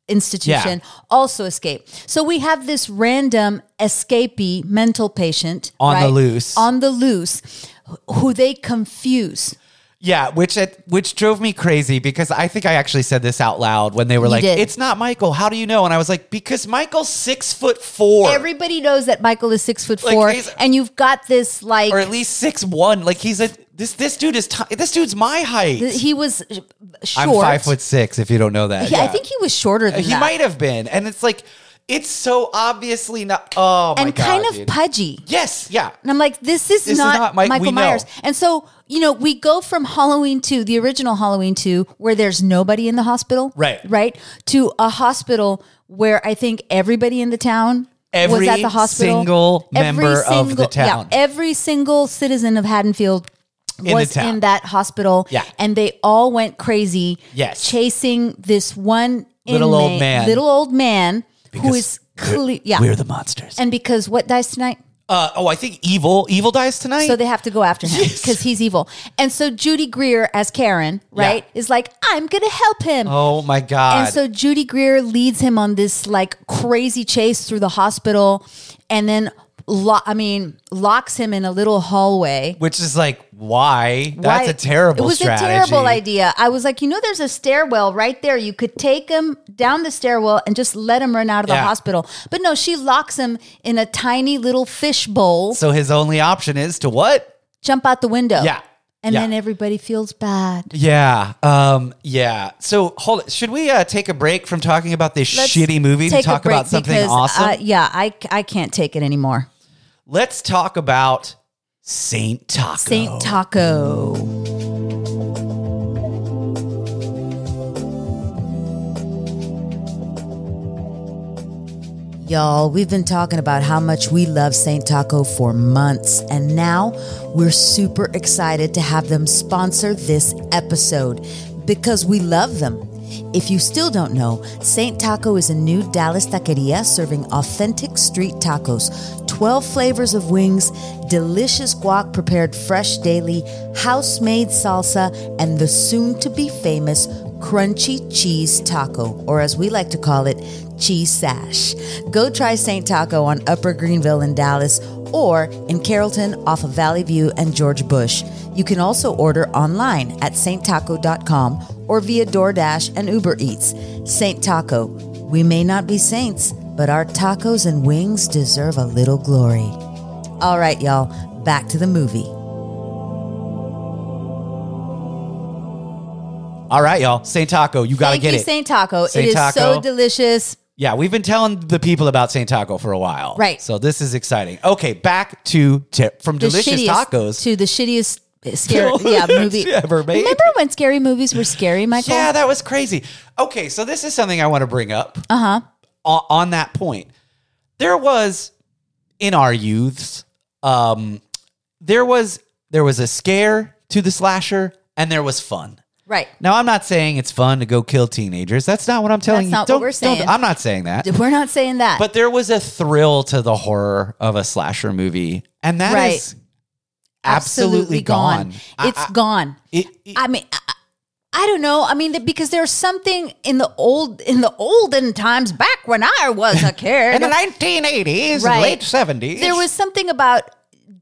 Speaker 1: institution also escape. So we have this random escapee mental patient
Speaker 2: On the
Speaker 1: right?
Speaker 2: loose.
Speaker 1: on the loose, wh- who they confuse.
Speaker 2: Yeah, which it, which drove me crazy because I think I actually said this out loud when they were like,
Speaker 1: did.
Speaker 2: "It's not Michael. How do you know?" And I was like, "Because Michael's six foot four,
Speaker 1: Everybody knows that Michael is six foot
Speaker 2: Like,
Speaker 1: four,
Speaker 2: he's-
Speaker 1: and you've got this like
Speaker 2: or at least six one. Like he's a this this dude is ti this dude's my height.
Speaker 1: he was sh- short.
Speaker 2: I'm five foot six. If you don't know that,
Speaker 1: Yeah, I think he was shorter than
Speaker 2: he
Speaker 1: that,
Speaker 2: might have been. And it's like it's so obviously not. Oh my
Speaker 1: and
Speaker 2: god,
Speaker 1: kind of
Speaker 2: dude.
Speaker 1: pudgy.
Speaker 2: yes, yeah.
Speaker 1: And I'm like, this is
Speaker 2: This is
Speaker 1: not,
Speaker 2: not Mike- we
Speaker 1: Michael
Speaker 2: know.
Speaker 1: Myers. And so, you know, we go from Halloween 2, the original Halloween 2, where there's nobody in the hospital.
Speaker 2: Right.
Speaker 1: Right. To a hospital where I think everybody in the town
Speaker 2: Every
Speaker 1: was at the hospital.
Speaker 2: single member of the town.
Speaker 1: Yeah, every single citizen of Haddonfield
Speaker 2: the
Speaker 1: was
Speaker 2: town.
Speaker 1: in that hospital.
Speaker 2: Yeah.
Speaker 1: And they all went crazy.
Speaker 2: Yes.
Speaker 1: Chasing this one
Speaker 2: Little old
Speaker 1: inmate-
Speaker 2: man.
Speaker 1: Little old man who
Speaker 2: Because
Speaker 1: is clear. Yeah.
Speaker 2: We're the monsters.
Speaker 1: and because what dies tonight?
Speaker 2: uh, oh, I think evil evil dies tonight.
Speaker 1: So they have to go after him
Speaker 2: Yes.
Speaker 1: because he's evil. And so Judy Greer as Karen, right, is like, I'm gonna help him.
Speaker 2: oh my god.
Speaker 1: And so Judy Greer leads him on this like crazy chase through the hospital, and then lo- I mean locks him in a little hallway.
Speaker 2: which is like, why? That's
Speaker 1: Why-
Speaker 2: a terrible
Speaker 1: It was
Speaker 2: strategy.
Speaker 1: a terrible idea. I was like, you know, there's a stairwell right there. You could take him down the stairwell and just let him run out of
Speaker 2: Yeah.
Speaker 1: the hospital. But no, she locks him in a tiny little fish bowl.
Speaker 2: So his only option is to what?
Speaker 1: jump out the window.
Speaker 2: Yeah.
Speaker 1: And
Speaker 2: Yeah.
Speaker 1: then everybody feels bad.
Speaker 2: Yeah. Um, yeah. So hold it. Should we uh, take a break from talking about this
Speaker 1: Let's
Speaker 2: shitty movie to
Speaker 1: take a
Speaker 2: talk
Speaker 1: break
Speaker 2: about something
Speaker 1: because,
Speaker 2: awesome?
Speaker 1: uh, yeah, I, I can't take it anymore.
Speaker 2: Let's talk about Saint Taco.
Speaker 1: Saint Taco. Y'all, we've been talking about how much we love Saint Taco for months, and now we're super excited to have them sponsor this episode because we love them. If you still don't know, Saint Taco is a new Dallas taqueria serving authentic street tacos, 12 flavors of wings, delicious guac prepared fresh daily, house made salsa, and the soon to be famous crunchy cheese taco, or as we like to call it, cheese sash. Go try St. Taco on Upper Greenville in Dallas or in Carrollton off of Valley View and George Bush. You can also order online at sainttaco.com or via DoorDash and Uber Eats. St. Taco. We may not be saints, but our tacos and wings deserve a little glory. All right, y'all, back to the movie.
Speaker 2: All right, y'all. Saint Taco. You gotta
Speaker 1: Thank
Speaker 2: get
Speaker 1: you,
Speaker 2: it.
Speaker 1: Saint Taco.
Speaker 2: Saint
Speaker 1: it is
Speaker 2: Taco.
Speaker 1: so delicious.
Speaker 2: yeah, we've been telling the people about Saint Taco for a while.
Speaker 1: Right.
Speaker 2: So this is exciting. Okay, back to te- from
Speaker 1: the
Speaker 2: delicious
Speaker 1: shittiest
Speaker 2: tacos.
Speaker 1: to the shittiest scary
Speaker 2: Film
Speaker 1: yeah movie
Speaker 2: ever made.
Speaker 1: Remember when scary movies were scary, Michael?
Speaker 2: Yeah, that was crazy. Okay, so this is something I want to bring up. Uh
Speaker 1: Uh-huh.
Speaker 2: huh. On that point, there was in our youths, um, there was there was a scare to the slasher, and there was fun.
Speaker 1: right.
Speaker 2: Now, I'm not saying it's fun to go kill teenagers. That's not what I'm
Speaker 1: That's
Speaker 2: telling you.
Speaker 1: not what
Speaker 2: Don't-
Speaker 1: we're
Speaker 2: don't-
Speaker 1: saying.
Speaker 2: I'm not saying that.
Speaker 1: We're not saying that.
Speaker 2: But there was a thrill to the horror of a slasher movie, and that is
Speaker 1: Right.
Speaker 2: absolutely, gone.
Speaker 1: It's gone.
Speaker 2: It, it-
Speaker 1: I mean, I, I don't know. I mean, th- because there's something in the old in the olden times back when I was a kid.
Speaker 2: In the 1980s,
Speaker 1: Right.
Speaker 2: late 70s.
Speaker 1: there was something about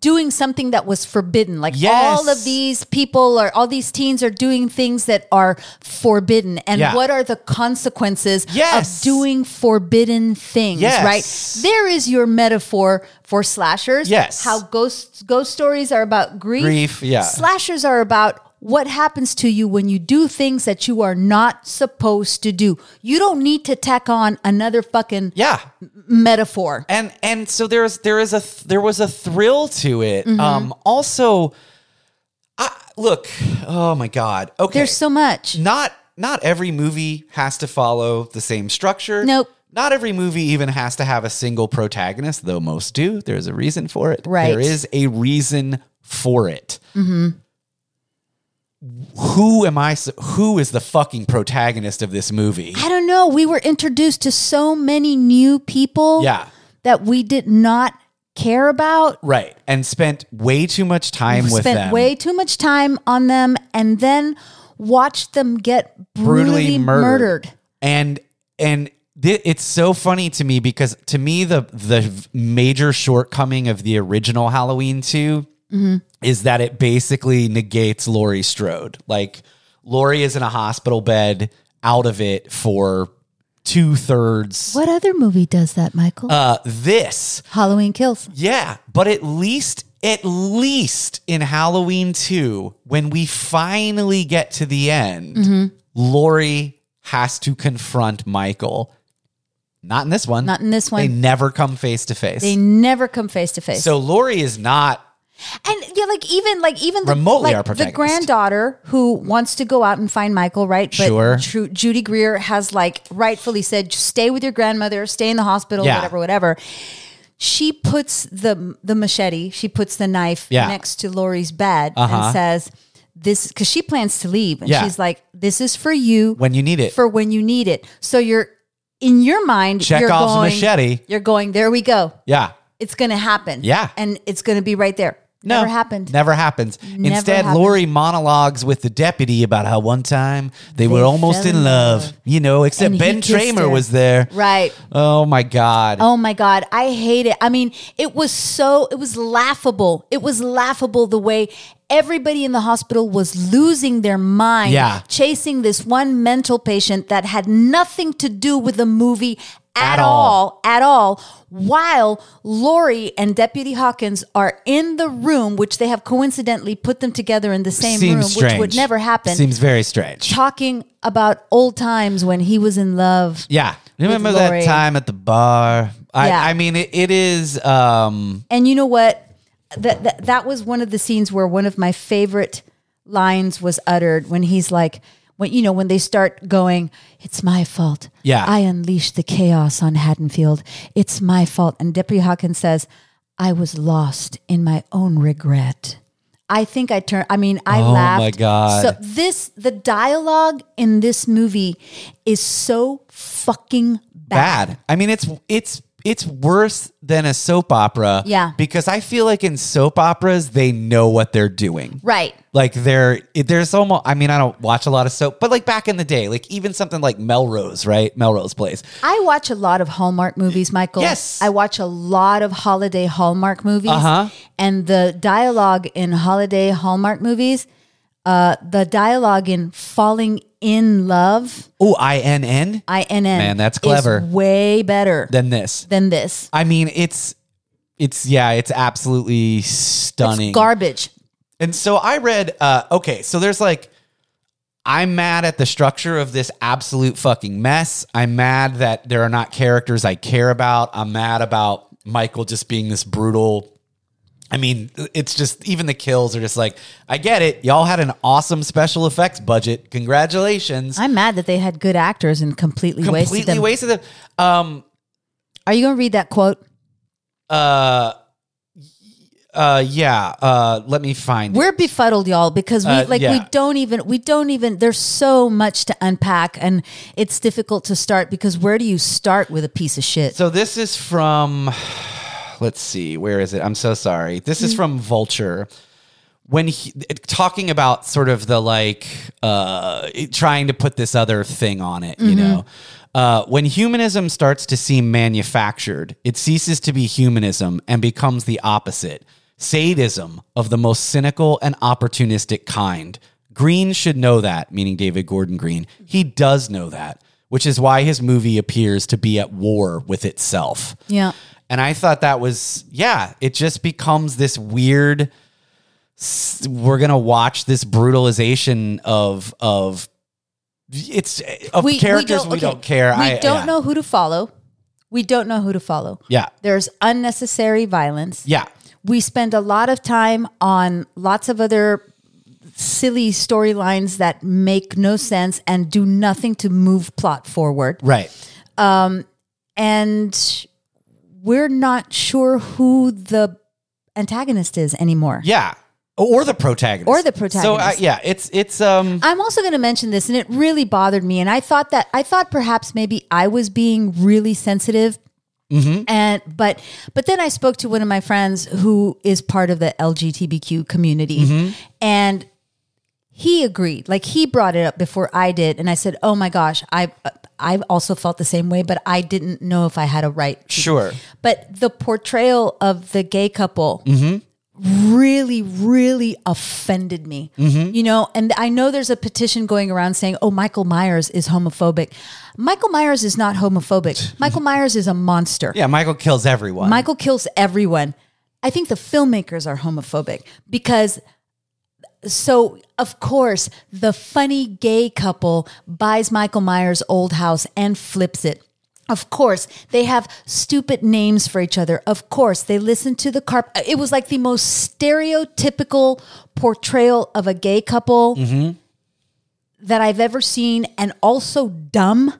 Speaker 1: doing something that was forbidden. Like
Speaker 2: Yes.
Speaker 1: all of these people or all these teens are doing things that are forbidden. And
Speaker 2: Yeah.
Speaker 1: what are the consequences
Speaker 2: Yes.
Speaker 1: of doing forbidden things,
Speaker 2: Yes.
Speaker 1: right? There is your metaphor for slashers.
Speaker 2: Yes.
Speaker 1: How ghosts ghost stories are about grief.
Speaker 2: Grief, yeah.
Speaker 1: Slashers are about what happens to you when you do things that you are not supposed to do. You don't need to tack on another fucking
Speaker 2: Yeah.
Speaker 1: metaphor.
Speaker 2: and and so there is there is a th- there was a thrill to it.
Speaker 1: Mm-hmm.
Speaker 2: Um, also, I, look, oh my god, okay,
Speaker 1: There's so much.
Speaker 2: not not every movie has to follow the same structure.
Speaker 1: Nope.
Speaker 2: Not every movie even has to have a single protagonist, though most do. There's a reason for it.
Speaker 1: Right. Mm-hmm.
Speaker 2: There is a reason for it. Who am I? s- Who is the fucking protagonist of this movie?
Speaker 1: I don't know. We were introduced to so many new people
Speaker 2: Yeah.
Speaker 1: that we did not care about.
Speaker 2: Right. And spent way too much time with
Speaker 1: spent
Speaker 2: them.
Speaker 1: way too much time on them and then watched them get brutally,
Speaker 2: brutally murdered.
Speaker 1: murdered.
Speaker 2: and and thi- it's so funny to me because to me the the major shortcoming of the original Halloween 2
Speaker 1: Mm-hmm.
Speaker 2: is that it basically negates Laurie Strode. Like Laurie is in a hospital bed out of it for two thirds.
Speaker 1: What other movie does that, Michael?
Speaker 2: Uh, this
Speaker 1: Halloween Kills.
Speaker 2: yeah, but at least at least in Halloween 2 when we finally get to the end,
Speaker 1: Mm-hmm.
Speaker 2: Lori has to confront Michael. Not in this one.
Speaker 1: Not in this
Speaker 2: They
Speaker 1: one.
Speaker 2: never come face to
Speaker 1: They
Speaker 2: face.
Speaker 1: never come face to face.
Speaker 2: So Lori is not
Speaker 1: and yeah, like even like even the,
Speaker 2: Remotely
Speaker 1: like
Speaker 2: our
Speaker 1: the
Speaker 2: protagonist.
Speaker 1: granddaughter who wants to go out and find Michael, right? But
Speaker 2: Sure.
Speaker 1: Ju- Judy Greer has like rightfully said, stay with your grandmother, stay in the hospital,
Speaker 2: Yeah.
Speaker 1: whatever, whatever. She puts the the machete, she puts the knife
Speaker 2: Yeah.
Speaker 1: next to Lori's bed
Speaker 2: Uh-huh.
Speaker 1: and says, "This," because she plans to leave, and
Speaker 2: Yeah.
Speaker 1: she's like, "This is for you
Speaker 2: when you need it.
Speaker 1: for when you need it." So you're in your mind, you're
Speaker 2: Chekhov's
Speaker 1: going,
Speaker 2: machete.
Speaker 1: You're going. There we go
Speaker 2: Yeah.
Speaker 1: it's going to happen.
Speaker 2: Yeah.
Speaker 1: And it's going to be right there.
Speaker 2: No,
Speaker 1: Never happened.
Speaker 2: Never happens. Instead,
Speaker 1: happened.
Speaker 2: Lori monologues with the deputy about how one time they, were
Speaker 1: They
Speaker 2: almost
Speaker 1: fell
Speaker 2: in
Speaker 1: in
Speaker 2: love,
Speaker 1: love.
Speaker 2: you know, except
Speaker 1: And he
Speaker 2: Ben
Speaker 1: kissed
Speaker 2: Tramer
Speaker 1: her.
Speaker 2: was there.
Speaker 1: Right.
Speaker 2: Oh my God.
Speaker 1: Oh my God. I hate it. I mean, it was so, it was laughable. It was laughable the way everybody in the hospital was losing their mind
Speaker 2: Yeah.
Speaker 1: chasing this one mental patient that had nothing to do with the movie at,
Speaker 2: At all.
Speaker 1: all. at all, while Lori and Deputy Hawkins are in the room, which they have coincidentally put them together in the same room, which would never happen.
Speaker 2: Seems very strange.
Speaker 1: talking about old times when he was in love.
Speaker 2: Yeah. Remember that
Speaker 1: Lori.
Speaker 2: time at the bar? I,
Speaker 1: Yeah.
Speaker 2: I mean, it, it is. Um,
Speaker 1: And you know what? That, that that was one of the scenes where one of my favorite lines was uttered when he's like when you know when they start going it's my fault
Speaker 2: Yeah.
Speaker 1: i unleashed the chaos on haddonfield it's my fault and deputy hawkins says i was lost in my own regret i think i turned i mean i
Speaker 2: Oh my
Speaker 1: laughed
Speaker 2: God.
Speaker 1: so this the dialogue in this movie is so fucking bad.
Speaker 2: bad. I mean, it's it's it's worse than a soap opera.
Speaker 1: Yeah.
Speaker 2: Because I feel like in soap operas, they know what they're doing.
Speaker 1: right
Speaker 2: Like there, it- there's almost. I mean, I don't watch a lot of soap, but like back in the day, like even something like Melrose, right? Melrose Place.
Speaker 1: I watch a lot of Hallmark movies, Michael.
Speaker 2: Yes.
Speaker 1: I watch a lot of holiday Hallmark movies.
Speaker 2: Uh-huh.
Speaker 1: And the dialogue in holiday Hallmark movies, uh, the dialogue in falling in love,
Speaker 2: Oh, I N N.
Speaker 1: INN.
Speaker 2: Man, that's clever.
Speaker 1: Is way better
Speaker 2: Then this.
Speaker 1: than this.
Speaker 2: I mean, it's it's yeah, it's absolutely stunning.
Speaker 1: It's garbage.
Speaker 2: And so I read, uh, okay, so there's like, I'm mad at the structure of this absolute fucking mess. I'm mad that there are not characters I care about. I'm mad about Michael just being this brutal. I mean, it's just, even the kills are just like, I get it. Y'all had an awesome special effects budget. Congratulations.
Speaker 1: I'm mad that they had good actors and completely, wasted
Speaker 2: Completely
Speaker 1: them.
Speaker 2: wasted them. Um,
Speaker 1: Are you going to read that quote?
Speaker 2: uh, uh, yeah. Uh, let me find
Speaker 1: We're befuddled, y'all, because we
Speaker 2: Uh,
Speaker 1: like we
Speaker 2: yeah.
Speaker 1: don't even we don't even there's so much to unpack and it's difficult to start because where do you start with a piece of shit?
Speaker 2: So this is
Speaker 1: Mm.
Speaker 2: from, let's see, where is it? I'm so sorry. This is from Vulture, when he, talking about sort of the like uh, trying to put this other thing on it, you know, uh, when humanism starts to seem manufactured, it ceases to be humanism and becomes the opposite sadism of the most cynical and opportunistic kind. Green should know that, meaning David Gordon Green. He does know that, which is why his movie appears to be at war with itself.
Speaker 1: Yeah.
Speaker 2: And I thought that was, yeah, it just becomes this weird. s- We're gonna watch this brutalization of of it's of characters we don't,
Speaker 1: okay,
Speaker 2: care.
Speaker 1: We
Speaker 2: I-
Speaker 1: don't
Speaker 2: yeah.
Speaker 1: know who to follow. We don't know who to follow.
Speaker 2: Yeah,
Speaker 1: There's unnecessary violence.
Speaker 2: yeah,
Speaker 1: We spend a lot of time on lots of other silly storylines that make no sense and do nothing to move plot forward.
Speaker 2: right.
Speaker 1: And we're not sure who the antagonist is anymore.
Speaker 2: Yeah, or the protagonist,
Speaker 1: Or the
Speaker 2: So I
Speaker 1: protagonist.
Speaker 2: yeah, it's it's um
Speaker 1: I'm also going to mention this, and it really bothered me. And I thought that I thought perhaps maybe I was being really sensitive, and but but then I spoke to one of my friends who is part of the LGBTQ community, and he agreed. Like he brought it up before I did, and I said, "Oh my gosh, I I also felt the same way, but I didn't know if I had a right." to
Speaker 2: sure.
Speaker 1: but the portrayal of the gay couple really really offended me you know and i know there's a petition going around saying oh michael myers is homophobic michael myers is not homophobic michael myers is a monster
Speaker 2: Yeah, Michael kills everyone.
Speaker 1: michael kills everyone i think the filmmakers are homophobic because so of course the funny gay couple buys michael myers old house and flips it of course they have stupid names for each other of course they listen to the carp it was like the most stereotypical portrayal of a gay couple that i've ever seen and also dumb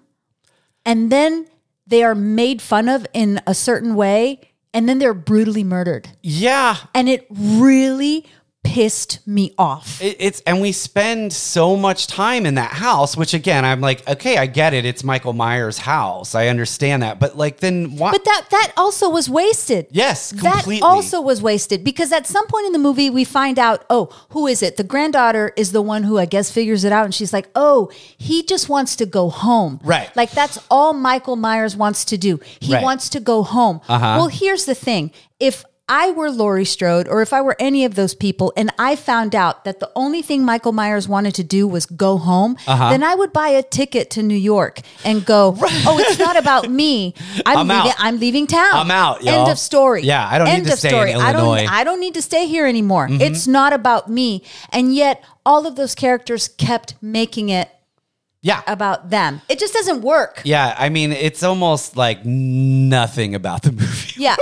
Speaker 1: and then they are made fun of in a certain way and then they're brutally murdered
Speaker 2: yeah,
Speaker 1: and it really pissed me off
Speaker 2: It- it's and we spend so much time in that house, which again, I'm like, okay, I get it. It's Michael Myers' house. I understand that, but like, then why?
Speaker 1: But that that also was wasted.
Speaker 2: Yes, completely.
Speaker 1: That also was wasted because at some point in the movie we find out, oh, who is it? The granddaughter is the one who I guess figures it out and she's like, "Oh, he just wants to go home."
Speaker 2: Right.
Speaker 1: Like that's all Michael Myers wants to do. He
Speaker 2: Right. Uh-huh.
Speaker 1: wants to go home. Well, here's the thing. If I were Laurie Strode or if I were any of those people and I found out that the only thing Michael Myers wanted to do was go home,
Speaker 2: Uh-huh.
Speaker 1: then I would buy a ticket to New York and go, "Oh, it's not about me. I'm,
Speaker 2: I'm
Speaker 1: leaving,
Speaker 2: out.
Speaker 1: I'm leaving town.
Speaker 2: I'm out, y'all.
Speaker 1: End of story.
Speaker 2: Yeah, I don't need
Speaker 1: End
Speaker 2: to
Speaker 1: of
Speaker 2: stay in
Speaker 1: story. I
Speaker 2: Illinois. Mm-hmm.
Speaker 1: don't. I don't need to stay here anymore. It's not about me. And yet, all of those characters kept making it
Speaker 2: yeah,
Speaker 1: about them. It just doesn't work.
Speaker 2: yeah. I mean, it's almost like nothing about the movie.
Speaker 1: Yeah.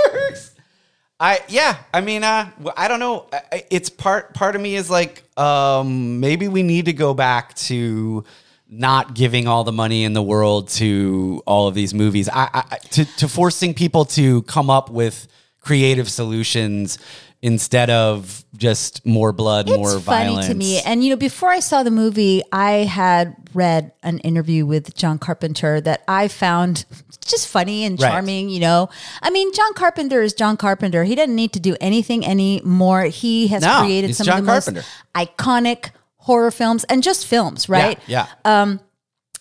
Speaker 2: I yeah. I mean, uh, w- I don't know. I- I- It's part part of me is like, um, maybe we need to go back to not giving all the money in the world to all of these movies. I, I I- to to forcing people to come up with creative solutions instead of just more blood, more
Speaker 1: It's funny
Speaker 2: violence.
Speaker 1: to me. And you know, before I saw the movie, I had read an interview with John Carpenter that I found just funny and
Speaker 2: Right.
Speaker 1: charming. You know, I mean, John Carpenter is John Carpenter. He doesn't need to do anything anymore. He has
Speaker 2: No,
Speaker 1: created
Speaker 2: he's
Speaker 1: some
Speaker 2: John
Speaker 1: of the most
Speaker 2: Carpenter.
Speaker 1: iconic horror films and just films,
Speaker 2: Yeah,
Speaker 1: right? Uh,
Speaker 2: Yeah.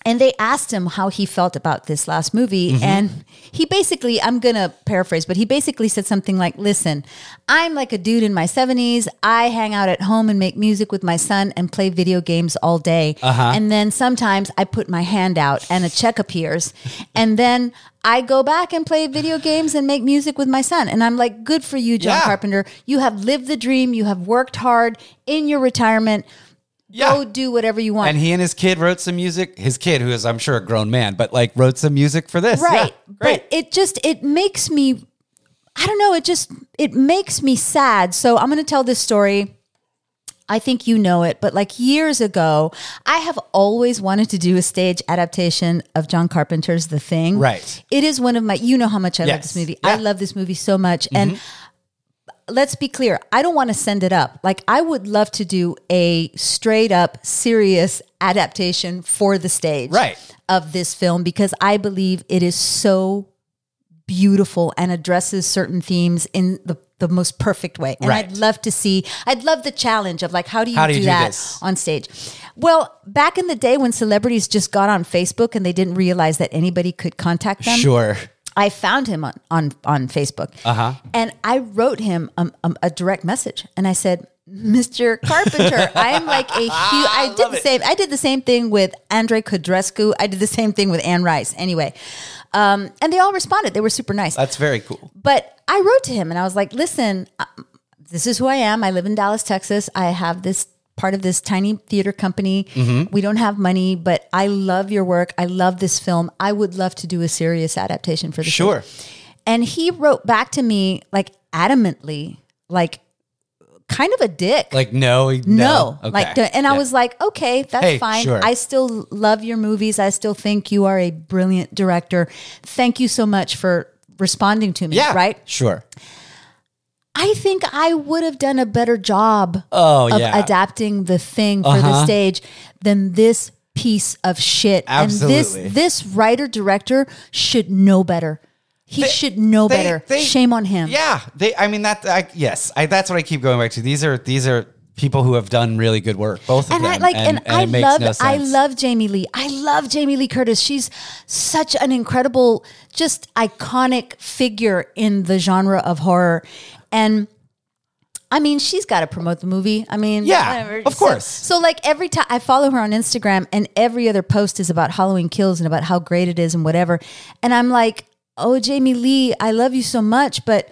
Speaker 1: And they asked him how he felt about this last movie.
Speaker 2: Mm-hmm.
Speaker 1: And he basically, I'm going to paraphrase, but he basically said something like, Listen, I'm like a dude in my 70s. I hang out at home and make music with my son and play video games all day.
Speaker 2: Uh-huh.
Speaker 1: And then sometimes I put my hand out and a check appears. and then I go back and play video games and make music with my son. And I'm like, Good for you, John
Speaker 2: Yeah.
Speaker 1: Carpenter. You have lived the dream. You have worked hard in your retirement.
Speaker 2: yeah.
Speaker 1: Go do whatever you want.
Speaker 2: and he and his kid wrote some music. His kid, who is I'm sure a grown man, but like wrote some music for this. Yeah,
Speaker 1: right
Speaker 2: great.
Speaker 1: but it just it makes me i don't know it just it makes me sad so i'm going to tell this story i think you know it but like years ago i have always wanted to do a stage adaptation of john carpenter's the thing
Speaker 2: Right.
Speaker 1: it is one of my you know how much i love
Speaker 2: Yes.
Speaker 1: this movie i
Speaker 2: Yeah. Mm-hmm.
Speaker 1: love this movie so much and let's be clear i don't want to send it up like i would love to do a straight up serious adaptation for the stage
Speaker 2: Right.
Speaker 1: of this film because i believe it is so beautiful and addresses certain themes in the the most perfect way. And
Speaker 2: Right.
Speaker 1: I'd love to see, I'd love the challenge of like, how do you,
Speaker 2: How
Speaker 1: do,
Speaker 2: do you do
Speaker 1: that
Speaker 2: this?
Speaker 1: on stage? Well, back in the day when celebrities just got on Facebook and they didn't realize that anybody could contact them,
Speaker 2: Sure.
Speaker 1: I found him on on on Facebook,
Speaker 2: Uh-huh.
Speaker 1: and I wrote him um, um, a direct message, and I said, "Mr. Carpenter, I'm like a huge. I did
Speaker 2: Love
Speaker 1: the
Speaker 2: it.
Speaker 1: same. I did the same thing with Andre Kudrescu. I did the same thing with Anne Rice. Anyway, um, and they all responded. They were super nice.
Speaker 2: That's very cool.
Speaker 1: But I wrote to him and I was like, listen, uh, this is who I am. I live in Dallas, Texas. I have this part of this tiny theater company.
Speaker 2: Mm-hmm.
Speaker 1: We don't have money, but I love your work. I love this film. I would love to do a serious adaptation for the
Speaker 2: Sure.
Speaker 1: And he wrote back to me like adamantly, like kind of a dick.
Speaker 2: Like no, no.
Speaker 1: no,
Speaker 2: Okay.
Speaker 1: like, and I
Speaker 2: Yeah.
Speaker 1: was like, okay, that's
Speaker 2: Hey,
Speaker 1: fine.
Speaker 2: sure.
Speaker 1: I still love your movies. I still think you are a brilliant director. Thank you so much for responding to me.
Speaker 2: yeah,
Speaker 1: Right.
Speaker 2: Sure.
Speaker 1: I think I would have done a better job
Speaker 2: Oh
Speaker 1: of
Speaker 2: yeah. Uh-huh.
Speaker 1: adapting the thing for the stage than this piece of shit.
Speaker 2: Absolutely.
Speaker 1: And this this writer director should know better. He should know
Speaker 2: they-
Speaker 1: better.
Speaker 2: they-
Speaker 1: Shame on him.
Speaker 2: Yeah, they. I mean that. I, yes, I, that's what I keep going back to. These are these are people who have done really good work. Both of
Speaker 1: And
Speaker 2: them.
Speaker 1: I like and,
Speaker 2: it
Speaker 1: I
Speaker 2: makes
Speaker 1: love
Speaker 2: no
Speaker 1: I
Speaker 2: sense.
Speaker 1: love Jamie Lee. I love Jamie Lee Curtis. She's such an incredible, just iconic figure in the genre of horror. And I mean, she's got to promote the movie. I mean,
Speaker 2: Yeah, of
Speaker 1: So-
Speaker 2: course.
Speaker 1: So, like every time I follow her on Instagram, and every other post is about Halloween Kills and about how great it is and whatever. And I'm like, oh, Jamie Lee, I love you so much, but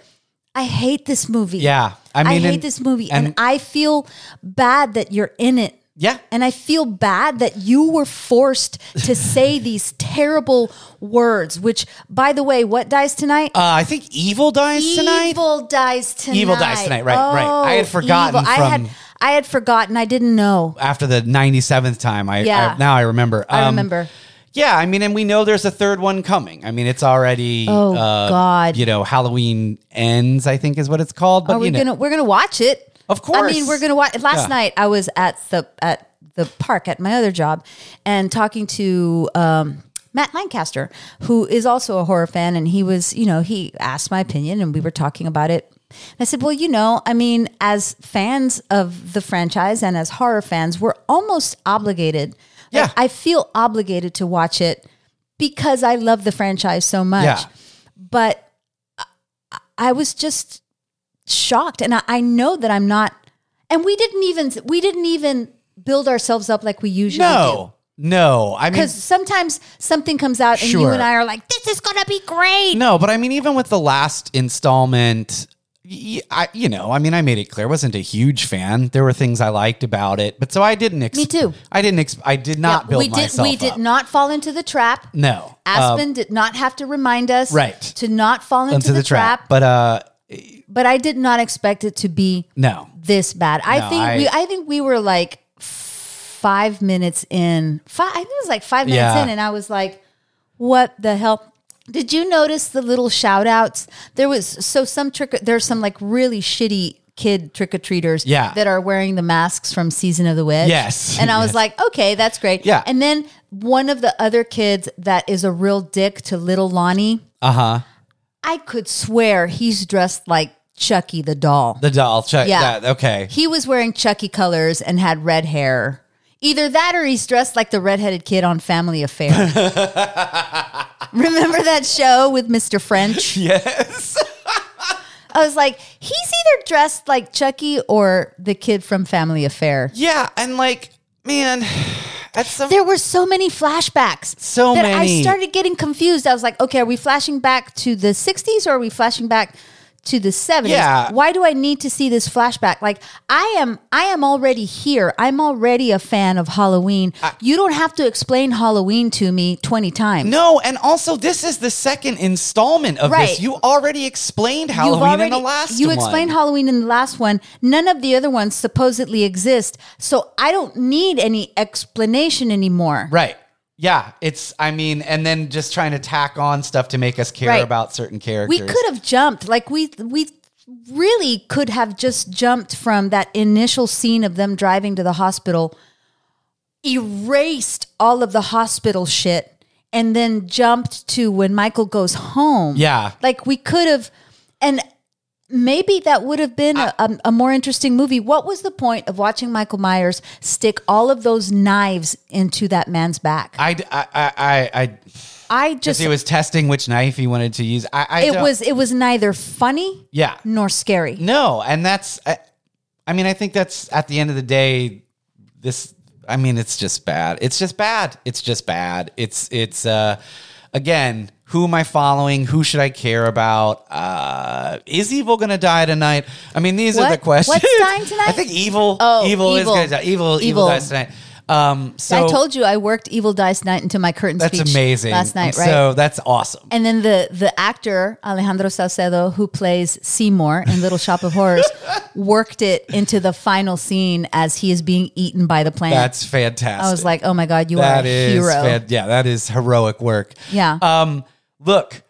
Speaker 1: I hate this movie.
Speaker 2: Yeah, I
Speaker 1: I,
Speaker 2: mean,
Speaker 1: hate
Speaker 2: and-
Speaker 1: this movie,
Speaker 2: and-
Speaker 1: and I feel bad that you're in it.
Speaker 2: Yeah.
Speaker 1: And I feel bad that you were forced to say these terrible words, which, by the way, what dies tonight?
Speaker 2: Uh, I think evil dies tonight.
Speaker 1: Evil dies tonight.
Speaker 2: Evil dies tonight, right, right. I had
Speaker 1: Oh,
Speaker 2: forgotten
Speaker 1: evil. I had
Speaker 2: from-
Speaker 1: I had forgotten. I didn't know.
Speaker 2: After the ninety seventh time, I,
Speaker 1: Yeah.
Speaker 2: I now I remember.
Speaker 1: I
Speaker 2: Um,
Speaker 1: remember.
Speaker 2: Yeah, I mean, and we know there's a third one coming. I mean, it's already.
Speaker 1: Oh,
Speaker 2: uh,
Speaker 1: God.
Speaker 2: You know, Halloween ends. I think is what it's called. But
Speaker 1: Are we
Speaker 2: you know,
Speaker 1: gonna we're gonna watch it?
Speaker 2: Of
Speaker 1: I
Speaker 2: course.
Speaker 1: mean, we're gonna watch. Last
Speaker 2: Yeah.
Speaker 1: night I was at the at the park at my other job and talking to um, Matt Lancaster, who is also a horror fan, and he was you know he asked my opinion, and we were talking about it. And I said, well, you know, I mean, as fans of the franchise and as horror fans, we're almost obligated. Like,
Speaker 2: Yeah.
Speaker 1: I feel obligated to watch it because I love the franchise so much.
Speaker 2: Yeah.
Speaker 1: But I- I was just shocked and I, I know that i'm not and we didn't even we didn't even build ourselves up like we usually do
Speaker 2: no, no. I mean,
Speaker 1: because sometimes something comes out and you
Speaker 2: Sure.
Speaker 1: and i are like this is gonna be great
Speaker 2: No, but I mean, even with the last installment, y- I, you know, I mean, I made it clear I wasn't a huge fan. There were things I liked about it, but so I didn't. Ex-
Speaker 1: Me too.
Speaker 2: I didn't. Ex- I did not build
Speaker 1: we did
Speaker 2: myself.
Speaker 1: we did
Speaker 2: up.
Speaker 1: not fall into the trap
Speaker 2: No, Uh,
Speaker 1: aspen did not have to remind us
Speaker 2: Right.
Speaker 1: to not fall into,
Speaker 2: into
Speaker 1: the, trap,
Speaker 2: But uh,
Speaker 1: but i did not expect it to be
Speaker 2: no,
Speaker 1: this bad i
Speaker 2: No,
Speaker 1: think
Speaker 2: I-
Speaker 1: we i think we were like five minutes in five i think it was like five minutes
Speaker 2: Yeah.
Speaker 1: in and i was like What the hell? Did you notice the little shout outs? There was so some trick there's some like really shitty kid trick or treaters
Speaker 2: Yeah.
Speaker 1: that are wearing the masks from Season of the Witch.
Speaker 2: Yes.
Speaker 1: And I was
Speaker 2: Yes.
Speaker 1: like, okay, that's great.
Speaker 2: Yeah.
Speaker 1: And then one of the other kids that is a real dick to little Lonnie,
Speaker 2: uh huh.
Speaker 1: I could swear he's dressed like Chucky the doll.
Speaker 2: The doll. Check
Speaker 1: Yeah.
Speaker 2: that. Okay.
Speaker 1: He was wearing Chucky colors and had red hair. Either that or he's dressed like the redheaded kid on Family Affair. Remember that show with Mr. French?
Speaker 2: Yes.
Speaker 1: I was like, he's either dressed like Chucky or the kid from Family Affair.
Speaker 2: Yeah, and like, man, at some
Speaker 1: There were so many flashbacks.
Speaker 2: So
Speaker 1: that I
Speaker 2: many.
Speaker 1: started getting confused. I was like, okay, are we flashing back to the 60s or are we flashing back to the 70s?
Speaker 2: Yeah.
Speaker 1: Why do I need to see this flashback? Like I am I am already here. I'm already a fan of Halloween. you don't have to explain Halloween to me 20 times.
Speaker 2: No, and also this is the second installment of
Speaker 1: Right.
Speaker 2: this. You already explained Halloween in the last
Speaker 1: you
Speaker 2: one.
Speaker 1: explained Halloween in the last one. None of the other ones supposedly exist, so I don't need any explanation anymore.
Speaker 2: Right. Yeah. It's, I mean, and then just trying to tack on stuff to make us care
Speaker 1: Right.
Speaker 2: about certain
Speaker 1: We
Speaker 2: characters.
Speaker 1: could have jumped, like we we really could have just jumped from that initial scene of them driving to the hospital, erased all of the hospital shit, and then jumped to when Michael goes home.
Speaker 2: Yeah.
Speaker 1: like we could have, and maybe that would have been a a, a more interesting movie. What was the point of watching Michael Myers stick all of those knives into that man's back?
Speaker 2: I, I, I, I,
Speaker 1: I
Speaker 2: because
Speaker 1: just
Speaker 2: he was testing which knife he wanted to use. I, I
Speaker 1: it
Speaker 2: don't-
Speaker 1: was it was neither funny
Speaker 2: yeah,
Speaker 1: nor scary.
Speaker 2: no, and that's. I, I mean, I think that's at the end of the day. This, I mean, it's just bad. It's just bad. It's just bad. It's it's uh, again, who am I following? Who should I care about? Uh, is evil gonna die tonight? I mean, these are the
Speaker 1: What?
Speaker 2: questions.
Speaker 1: What's dying tonight?
Speaker 2: I think evil.
Speaker 1: Oh,
Speaker 2: evil, is
Speaker 1: evil.
Speaker 2: gonna die. Evil, evil,
Speaker 1: Evil.
Speaker 2: dies tonight. Um, so
Speaker 1: I told you I worked Evil Dice Night into my curtain
Speaker 2: that's
Speaker 1: speech
Speaker 2: amazing.
Speaker 1: last night, right?
Speaker 2: So that's awesome.
Speaker 1: And then the the actor Alejandro Salcedo, who plays Seymour in Little Shop of Horrors, worked it into the final scene as he is being eaten by the plant.
Speaker 2: That's fantastic.
Speaker 1: I was like, oh my god, you
Speaker 2: That
Speaker 1: are a
Speaker 2: is
Speaker 1: hero.
Speaker 2: fan- yeah, that is heroic work.
Speaker 1: Yeah.
Speaker 2: Um, look,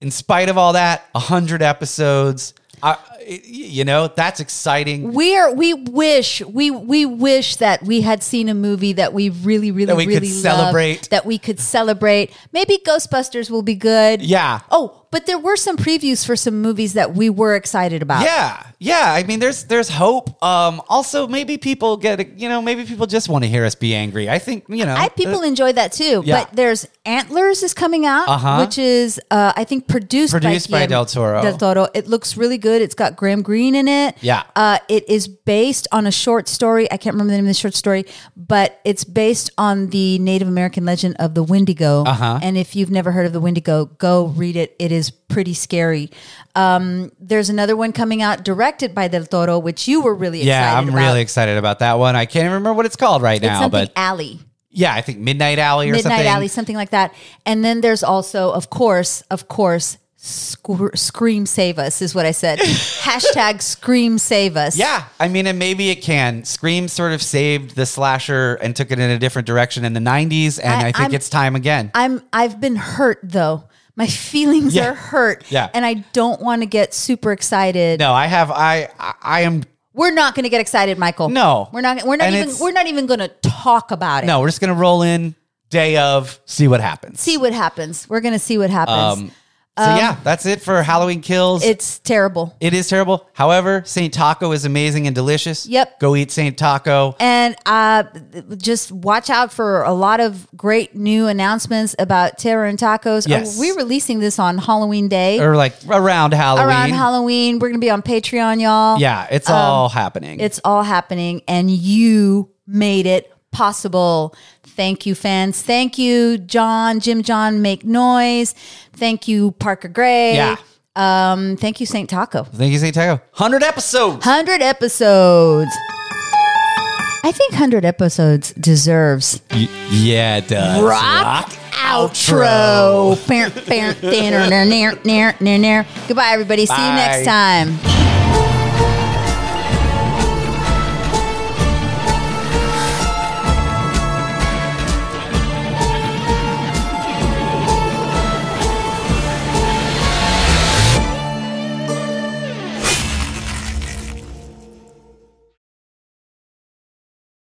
Speaker 2: in spite of all that, hundred episodes. I, you know, that's exciting.
Speaker 1: we are. We wish. We we wish that we had seen a movie that we really, really,
Speaker 2: we could
Speaker 1: really loved,
Speaker 2: celebrate.
Speaker 1: that we could celebrate. Maybe Ghostbusters will be good.
Speaker 2: Yeah.
Speaker 1: Oh, but there were some previews for some movies that we were excited about.
Speaker 2: Yeah, yeah. I mean, there's there's hope. Um, also, maybe people get you know, maybe people just want to hear us be angry. I think you know,
Speaker 1: I people enjoy that too.
Speaker 2: uh, Yeah.
Speaker 1: But there's Antlers is coming out,
Speaker 2: Uh-huh.
Speaker 1: which is uh, I think produced
Speaker 2: Produced by
Speaker 1: Guillermo
Speaker 2: Del Toro.
Speaker 1: Del Toro. It looks really good. It's got Graham Greene in it.
Speaker 2: Yeah.
Speaker 1: Uh, it is based on a short story. I can't remember the name of the short story, but it's based on the Native American legend of the Wendigo. Uh-huh. And if you've never heard of the Wendigo, go read it. It is pretty scary. Um, there's another one coming out directed by Del Toro, which you were really
Speaker 2: yeah, I'm
Speaker 1: excited about.
Speaker 2: really excited about that one. I can't even remember what it's called right
Speaker 1: It's
Speaker 2: now,
Speaker 1: something
Speaker 2: but
Speaker 1: alley.
Speaker 2: yeah, I think Midnight Alley or
Speaker 1: Midnight
Speaker 2: something.
Speaker 1: Alley, something like that. And then there's also, of course, of course, squ- Scream Save Us is what I said. Hashtag Scream Save Us.
Speaker 2: Yeah, I mean, and maybe it can. Scream sort of saved the slasher and took it in a different direction in the '90s, and I,
Speaker 1: I-
Speaker 2: think
Speaker 1: I'm-
Speaker 2: it's time again.
Speaker 1: I'm. I've been hurt though. My feelings
Speaker 2: Yeah.
Speaker 1: are hurt.
Speaker 2: Yeah.
Speaker 1: And I don't want to get super excited.
Speaker 2: no, I have. I I, I am.
Speaker 1: We're not going to get excited, Michael.
Speaker 2: No.
Speaker 1: We're not. We're not
Speaker 2: And
Speaker 1: even.
Speaker 2: it's-
Speaker 1: We're not even going to talk about it.
Speaker 2: No, we're just gonna roll in day of, see what happens.
Speaker 1: See what happens. We're going to see what happens.
Speaker 2: Um, so yeah, that's it for Halloween kills.
Speaker 1: it's terrible.
Speaker 2: it is terrible. However, Saint Taco is amazing and delicious.
Speaker 1: Yep.
Speaker 2: Go eat Saint Taco.
Speaker 1: And uh, just watch out for a lot of great new announcements about Terror and Tacos.
Speaker 2: Yes.
Speaker 1: Are we releasing this on Halloween Day?
Speaker 2: or like around Halloween.
Speaker 1: Around Halloween. We're going to be on Patreon, y'all.
Speaker 2: Yeah, it's all happening.
Speaker 1: It's all happening, and you made it possible. Thank you, fans. Thank you, John, Jim John, Make Noise. Thank you, Parker Gray.
Speaker 2: Yeah.
Speaker 1: Um, thank you, St. Taco.
Speaker 2: Thank you, Saint Taco. Hundred episodes.
Speaker 1: 100 episodes. I think 100 episodes deserves
Speaker 2: Y- yeah, it does.
Speaker 1: rock, outro. Goodbye, everybody. See you
Speaker 2: Bye.
Speaker 1: next time.